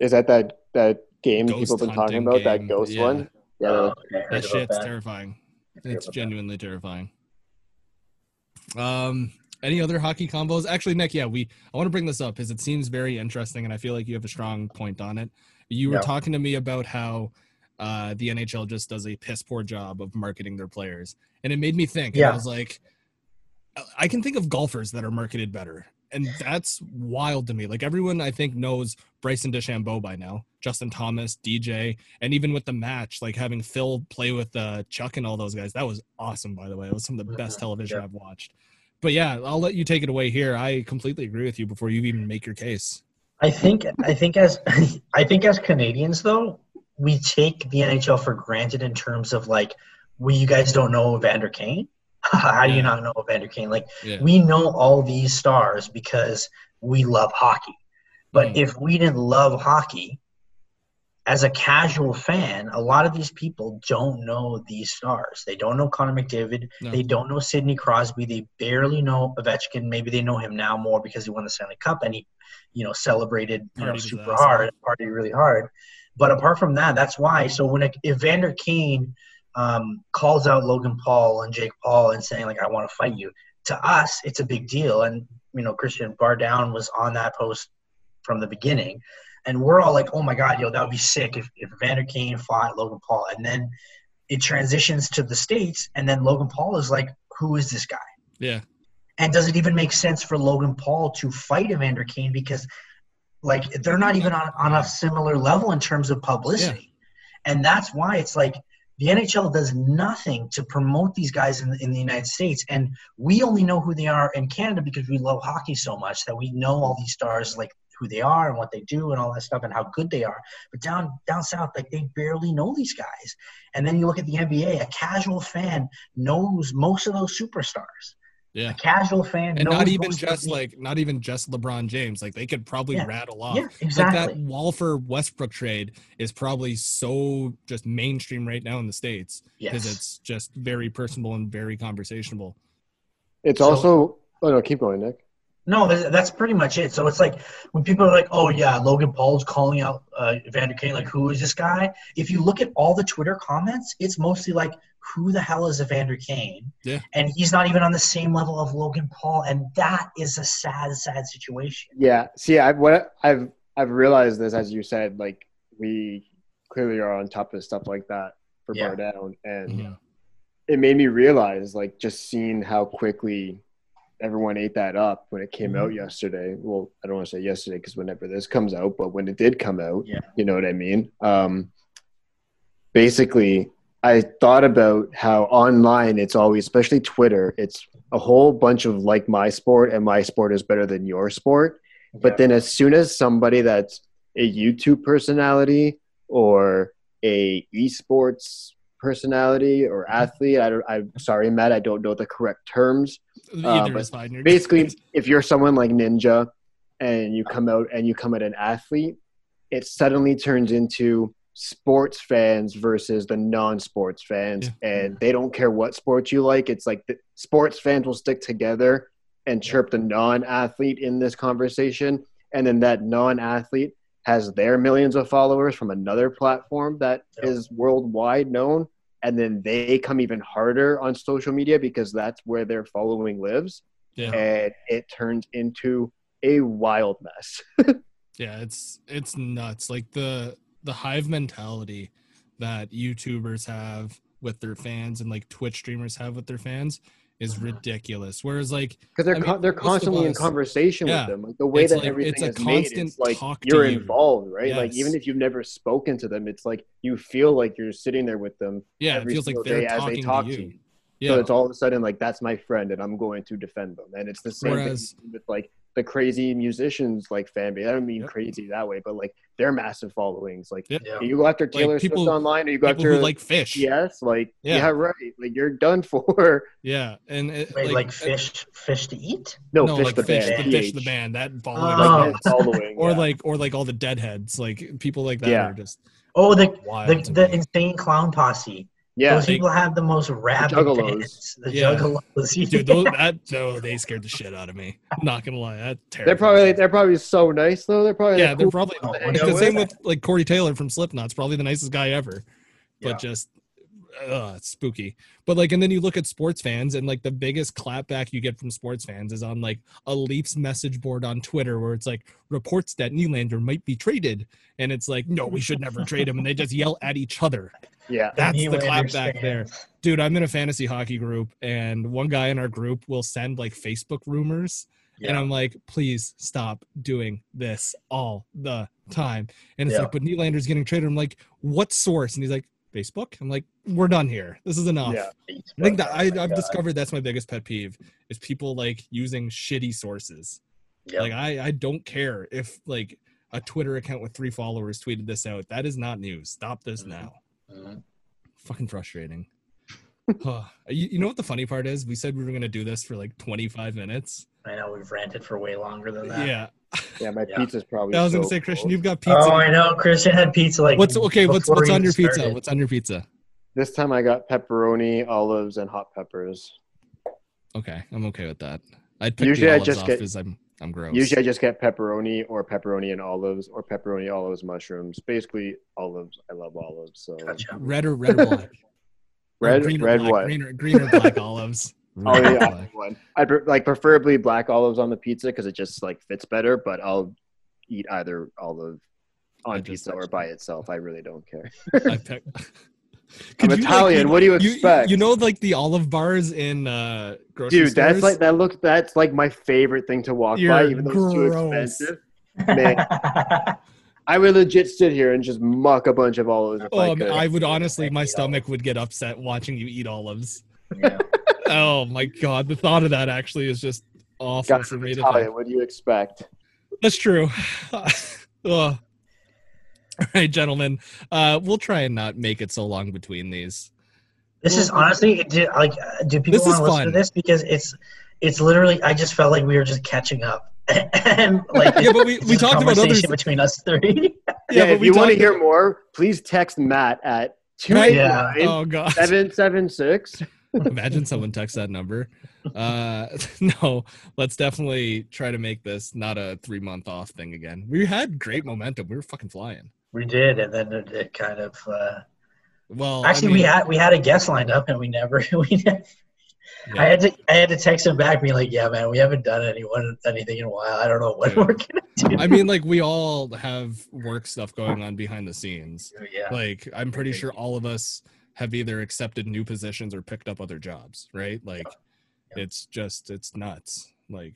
Speaker 2: Is that that that game
Speaker 1: Ghost
Speaker 2: people have been talking
Speaker 1: hunting
Speaker 2: about? That
Speaker 1: game,
Speaker 2: ghost
Speaker 1: yeah.
Speaker 2: one? Uh, Yeah.
Speaker 3: Oh, okay, I heard
Speaker 1: That
Speaker 3: about
Speaker 1: shit's
Speaker 3: that.
Speaker 1: terrifying.
Speaker 3: I heard
Speaker 1: It's
Speaker 3: about that.
Speaker 1: genuinely terrifying. Um, any other hockey combos? Actually, Nick, yeah, we I want to bring this up because it seems very interesting, and I feel like you have a strong point on it. You were
Speaker 3: Yeah.
Speaker 1: talking to me about how uh, the NHL just does a piss poor job of marketing their players, and it made me think. and I
Speaker 3: Yeah.
Speaker 1: was like, I- I can think of golfers that are marketed better, and that's wild to me. Like everyone, I think knows Bryson DeChambeau by now, Justin Thomas, DJ, and even with the match, like having Phil play with uh, Chuck and all those guys, that was awesome. By the way, it was some of the best
Speaker 3: Mhm.
Speaker 1: television
Speaker 3: Yeah.
Speaker 1: I've watched. But yeah, I'll let you take it away here. I completely agree with you before you even make your case.
Speaker 3: I think I think as <laughs> I think as Canadians though, we take the NHL for granted in terms of like, well, you guys don't know Evander Kane. <laughs> How do
Speaker 1: Yeah.
Speaker 3: you not know Evander Kane? Like
Speaker 1: Yeah.
Speaker 3: we know all these stars because we love hockey. But
Speaker 1: Mm.
Speaker 3: if we didn't love hockey, as a casual fan, a lot of these people don't know these stars. They don't know Connor McDavid.
Speaker 1: No.
Speaker 3: They don't know Sidney Crosby. They barely know Ovechkin. Stanley. Maybe they know him now more because he won the Stanley Cup and he, you know, celebrated you know,
Speaker 1: Partied his
Speaker 3: super
Speaker 1: ass off.
Speaker 3: hard, partied really hard. But apart from that, that's why. So when Evander Kane um, calls out Logan Paul and Jake Paul and saying like, "I want to fight you," to us, it's a big deal. And you know, Christian Bardown was on that post from the beginning, and we're all like, "Oh my God, yo, that would be sick if if Evander Kane fought Logan Paul." And then it transitions to the states, and then Logan Paul is like, "Who is this guy?"
Speaker 1: Yeah.
Speaker 3: And does it even make sense for Logan Paul to fight Evander Kane because, like, they're not even on, on a similar level in terms of publicity, and that's why it's like the NHL does nothing to promote these guys in, in the United States, and we only know who they are in Canada because we love hockey so much that we know all these stars like who they are and what they do and all that stuff and how good they are. But down down south, like they barely know these guys. And then you look at the NBA, a casual fan knows most of those superstars.
Speaker 1: Yeah.
Speaker 3: A casual fan
Speaker 1: And
Speaker 3: knows
Speaker 1: not even
Speaker 3: most of
Speaker 1: just
Speaker 3: the-
Speaker 1: like not even just LeBron James. Like they could probably
Speaker 3: Yeah.
Speaker 1: rattle off.
Speaker 3: yeah,
Speaker 1: Like
Speaker 3: exactly.
Speaker 1: that Walfer Westbrook trade is probably so just mainstream right now in the states because
Speaker 3: yes.
Speaker 1: it's just very personable and very conversational.
Speaker 2: It's
Speaker 3: So-
Speaker 2: also. Oh no, keep going, Nick.
Speaker 3: No, th- that's pretty much it. So it's like when people are like, "Oh yeah, Logan Paul's calling out uh, Evander Kane," like, "Who is this guy?" If you look at all the Twitter comments, it's mostly like, "Who the hell is Evander Kane?"
Speaker 1: Yeah.
Speaker 3: And he's not even on the same level of Logan Paul, and that is a sad, sad situation.
Speaker 2: Yeah. See, I've what I've I've realized this as you said. Like we clearly are on top of stuff like that for
Speaker 3: Yeah.
Speaker 2: Bar Down, and
Speaker 3: Mm-hmm.
Speaker 1: Yeah.
Speaker 2: it made me realize, like, just seeing how quickly everyone ate that up when it came out yesterday. Well, I don't want to say yesterday because whenever this comes out, but when it did come out,
Speaker 3: Yeah.
Speaker 2: you know what I mean? Um, basically, I thought about how online it's always, especially Twitter, it's a whole bunch of like my sport and my sport is better than your sport. But then as soon as somebody that's a YouTube personality or a esports personality or athlete, I don't, I'm sorry, Matt, I don't know the correct terms.
Speaker 3: Uh,
Speaker 1: Either
Speaker 2: but
Speaker 1: is fine. You're-
Speaker 2: Basically, if you're someone like Ninja and you come out and you come at an athlete, it suddenly turns into sports fans versus the non-sports fans and they don't care what sport you like it's like the sports fans will stick together and chirp the non-athlete in this conversation and then that non-athlete has their millions of followers from another platform that
Speaker 3: Yeah.
Speaker 2: is worldwide known and then they come even harder on social media because that's where their following lives
Speaker 1: yeah.
Speaker 2: and it turns into a wild mess
Speaker 1: Yeah, it's it's nuts. Like the the hive mentality that YouTubers have with their fans and like Twitch streamers have with their fans
Speaker 2: Mm-hmm.
Speaker 1: is ridiculous. Whereas like
Speaker 2: because they're
Speaker 1: I mean,
Speaker 2: con- they're
Speaker 1: what's the
Speaker 2: constantly in
Speaker 1: buzz?
Speaker 2: conversation
Speaker 1: Yeah.
Speaker 2: with them. Like the way
Speaker 1: It's
Speaker 2: that
Speaker 1: like-
Speaker 2: everything
Speaker 1: it's a
Speaker 2: is made, it's
Speaker 1: constant
Speaker 2: like
Speaker 1: talk to
Speaker 2: you're
Speaker 1: you.
Speaker 2: involved, right? Like
Speaker 1: Yes.
Speaker 2: even if you've never spoken to them, it's like you feel like you're sitting there with them
Speaker 1: yeah, it
Speaker 2: every
Speaker 1: feels like
Speaker 2: single
Speaker 1: they're
Speaker 2: day as
Speaker 1: talking
Speaker 2: they talk
Speaker 1: to you.
Speaker 2: So
Speaker 1: Yeah.
Speaker 2: it's all of a sudden like that's my friend, and I'm going to defend them. And it's the same
Speaker 1: Whereas-
Speaker 2: thing with like the crazy musicians like fan base. I don't mean
Speaker 1: Yep.
Speaker 2: crazy that way, but like their massive followings. Like
Speaker 3: Yeah.
Speaker 2: you go after Taylor
Speaker 1: people-
Speaker 2: Swift online, or you go
Speaker 1: People
Speaker 2: after
Speaker 1: who
Speaker 2: like
Speaker 1: like fish. Yeah.
Speaker 2: yes, like
Speaker 1: Yeah.
Speaker 2: yeah. right, like you're done for. <laughs>
Speaker 1: And it,
Speaker 3: Wait, like,
Speaker 1: like, uh,
Speaker 3: fish, fish to eat.
Speaker 2: No,
Speaker 1: no,
Speaker 2: fish
Speaker 1: like
Speaker 2: the
Speaker 1: fish,
Speaker 2: band,
Speaker 1: the fish, the
Speaker 2: PH.
Speaker 1: band, that
Speaker 3: Oh.
Speaker 1: following.
Speaker 2: Like, that
Speaker 1: <laughs>
Speaker 2: following,
Speaker 1: Or
Speaker 2: yeah.
Speaker 1: like or like all the deadheads. Like people like that
Speaker 2: Yeah.
Speaker 1: are just
Speaker 3: Oh, the
Speaker 1: wild.
Speaker 3: the,
Speaker 1: to
Speaker 3: the
Speaker 1: me.
Speaker 3: insane clown posse.
Speaker 2: yeah.
Speaker 3: Those people have the most rabid
Speaker 2: Juggalos.
Speaker 3: fans. The
Speaker 1: Yeah.
Speaker 3: juggalos. <laughs>
Speaker 1: Dude, those, that no, they scared the shit out of me. I'm not gonna lie. That
Speaker 2: They're probably they're probably so nice though. They're probably
Speaker 1: yeah,
Speaker 2: the
Speaker 1: they're
Speaker 2: cool-
Speaker 1: probably
Speaker 3: Oh,
Speaker 1: It's
Speaker 2: Yeah,
Speaker 1: the
Speaker 2: what-
Speaker 1: same with like Corey Taylor from Slipknot's probably the nicest guy ever, but
Speaker 3: Yeah.
Speaker 1: just uh, it's spooky. But like, and then you look at sports fans, and like the biggest clapback you get from sports fans is on like a Leafs message board on Twitter, where it's like reports that Nylander might be traded, and it's like, no, we should never trade him, and they just yell at each other.
Speaker 2: yeah.
Speaker 1: That's
Speaker 3: You
Speaker 1: the clapback
Speaker 3: understand.
Speaker 1: there dude i'm in a fantasy hockey group and one guy in our group will send like facebook rumors and
Speaker 3: Yeah.
Speaker 1: i'm like please stop doing this all the time and it's
Speaker 3: Yeah.
Speaker 1: like but Nylander's getting traded i'm like what source and he's like facebook i'm like we're done here this is enough
Speaker 2: Yeah.
Speaker 1: i think that I,
Speaker 3: Oh my
Speaker 1: i've
Speaker 3: God.
Speaker 1: discovered that's my biggest pet peeve is people like using shitty sources
Speaker 3: Yeah.
Speaker 1: like i i don't care if like a twitter account with three followers tweeted this out that is not news stop this
Speaker 3: Mhm.
Speaker 1: now
Speaker 3: Mhm.
Speaker 1: fucking frustrating. Huh. you, you know what the funny part is? We said we were gonna do this for like 25 minutes.
Speaker 3: I know we've ranted for way longer than that.
Speaker 1: Yeah,
Speaker 2: Yeah, my
Speaker 3: Yeah.
Speaker 2: pizza's probably
Speaker 1: I was gonna
Speaker 2: so
Speaker 1: say, Christian,
Speaker 2: cold.
Speaker 1: you've got pizza.
Speaker 3: Oh, I know. Christian had pizza like.
Speaker 1: what's okay? What's
Speaker 3: before
Speaker 1: what's
Speaker 3: we
Speaker 1: on your pizza?
Speaker 3: started.
Speaker 1: What's on your pizza?
Speaker 2: This time I got pepperoni, olives, and hot peppers.
Speaker 1: Okay, I'm okay with that. I'd pick
Speaker 2: Usually
Speaker 1: the
Speaker 2: I
Speaker 1: olives
Speaker 2: just
Speaker 1: off
Speaker 2: get-
Speaker 1: because I'm I'm gross.
Speaker 2: Usually I just get pepperoni or pepperoni and olives or pepperoni, olives, mushrooms. Basically olives. I love olives. So
Speaker 3: Gotcha.
Speaker 1: red or red or black. Or
Speaker 2: <laughs> red,
Speaker 1: green or
Speaker 2: red
Speaker 1: black,
Speaker 2: what?
Speaker 1: Green or, green or
Speaker 2: <laughs>
Speaker 1: black olives. Red
Speaker 2: Oh
Speaker 1: or
Speaker 2: <laughs> yeah,
Speaker 1: black.
Speaker 2: one. I pre- like preferably black olives on the pizza because it just like fits better. But I'll eat either olive
Speaker 1: I
Speaker 2: on
Speaker 1: just
Speaker 2: pizza or
Speaker 1: actually-
Speaker 2: <laughs> by itself. I really don't care.
Speaker 1: I pick.
Speaker 2: I'm
Speaker 1: Could you, like,
Speaker 2: Italian.
Speaker 1: you-
Speaker 2: what do you
Speaker 1: You,
Speaker 2: expect?
Speaker 1: you know, like the olive bars in uh, grocery
Speaker 2: Dude, that's
Speaker 1: stores?
Speaker 2: like that look. That's like my favorite thing to walk by,
Speaker 1: You're
Speaker 2: even though it's too
Speaker 1: gross.
Speaker 2: expensive. Man, I would legit sit here and just muck a bunch of olives. If I
Speaker 1: Um,
Speaker 2: could.
Speaker 1: I would honestly, my stomach would get upset watching you eat olives.
Speaker 3: <laughs> Yeah.
Speaker 1: Oh my god, the thought of that actually is just awful
Speaker 2: Got
Speaker 1: for me to think.
Speaker 2: Italian. What do you expect?
Speaker 1: That's true. <laughs> Ugh. All right, gentlemen, uh, we'll try and not make it so long between these.
Speaker 3: This is honestly, do, like, uh, do people
Speaker 1: This
Speaker 3: want
Speaker 1: is
Speaker 3: to listen to
Speaker 1: fun.
Speaker 3: this? Because it's, it's literally. I just felt like we were just catching up, <laughs> and like
Speaker 1: Yeah, but we,
Speaker 3: it's
Speaker 1: we
Speaker 3: just a
Speaker 1: talked about others.
Speaker 3: conversation between us three. <laughs>
Speaker 2: Yeah,
Speaker 1: but
Speaker 2: if
Speaker 1: we
Speaker 2: you want to
Speaker 1: talked-
Speaker 2: hear more, please text Matt at
Speaker 1: Right.
Speaker 2: 289
Speaker 1: Oh god. <laughs>
Speaker 2: 776.
Speaker 1: Imagine someone texts that number. Uh, <laughs> no, let's definitely try to make this not a three month off thing again. We had great momentum. We were fucking flying.
Speaker 3: we did, and then it, it kind of. Uh,
Speaker 1: Well, I
Speaker 3: actually, we
Speaker 1: mean,
Speaker 3: had we had a guest lined up, and we never. <laughs> We never
Speaker 1: yeah.
Speaker 3: I had to I had to text him back, being like, "Yeah, man, we haven't done anyone anything in a while. I don't know what
Speaker 1: Yeah.
Speaker 3: we're gonna do."
Speaker 1: I mean, like we all have work stuff going on behind the scenes.
Speaker 3: yeah,
Speaker 1: Like I'm pretty sure all of us have either accepted new positions or picked up other jobs, right? Like
Speaker 3: Yeah.
Speaker 1: it's just it's nuts. Like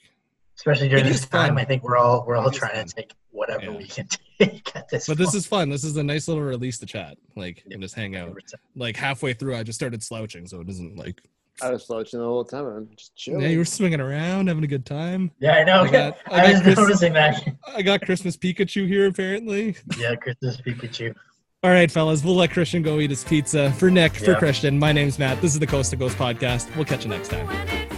Speaker 3: especially during
Speaker 1: it
Speaker 3: this
Speaker 1: is
Speaker 3: time,
Speaker 1: fun.
Speaker 3: I think we're all we're all
Speaker 1: It is
Speaker 3: trying
Speaker 1: fun.
Speaker 3: to take whatever
Speaker 1: Yeah.
Speaker 3: we can <laughs> take at this.
Speaker 1: but this is fun. This is a nice little release to chat, like and just hang out. Like halfway through I just started slouching, so it isn't like
Speaker 2: I was slouching the whole time. I'm just chilling.
Speaker 1: Yeah, you were swinging around, having a good time.
Speaker 3: Yeah, I know.
Speaker 1: I got- I
Speaker 3: <laughs> I,
Speaker 1: got
Speaker 3: was
Speaker 1: Chris-
Speaker 3: noticing that. <laughs>
Speaker 1: I got Christmas Pikachu here, apparently.
Speaker 3: Yeah, Christmas Pikachu.
Speaker 1: All right, fellas, we'll let Christian go eat his pizza. For Nick, for
Speaker 3: Yeah.
Speaker 1: Christian, my name's Matt. This is the Coast to Coast podcast. We'll catch you next time.
Speaker 4: When it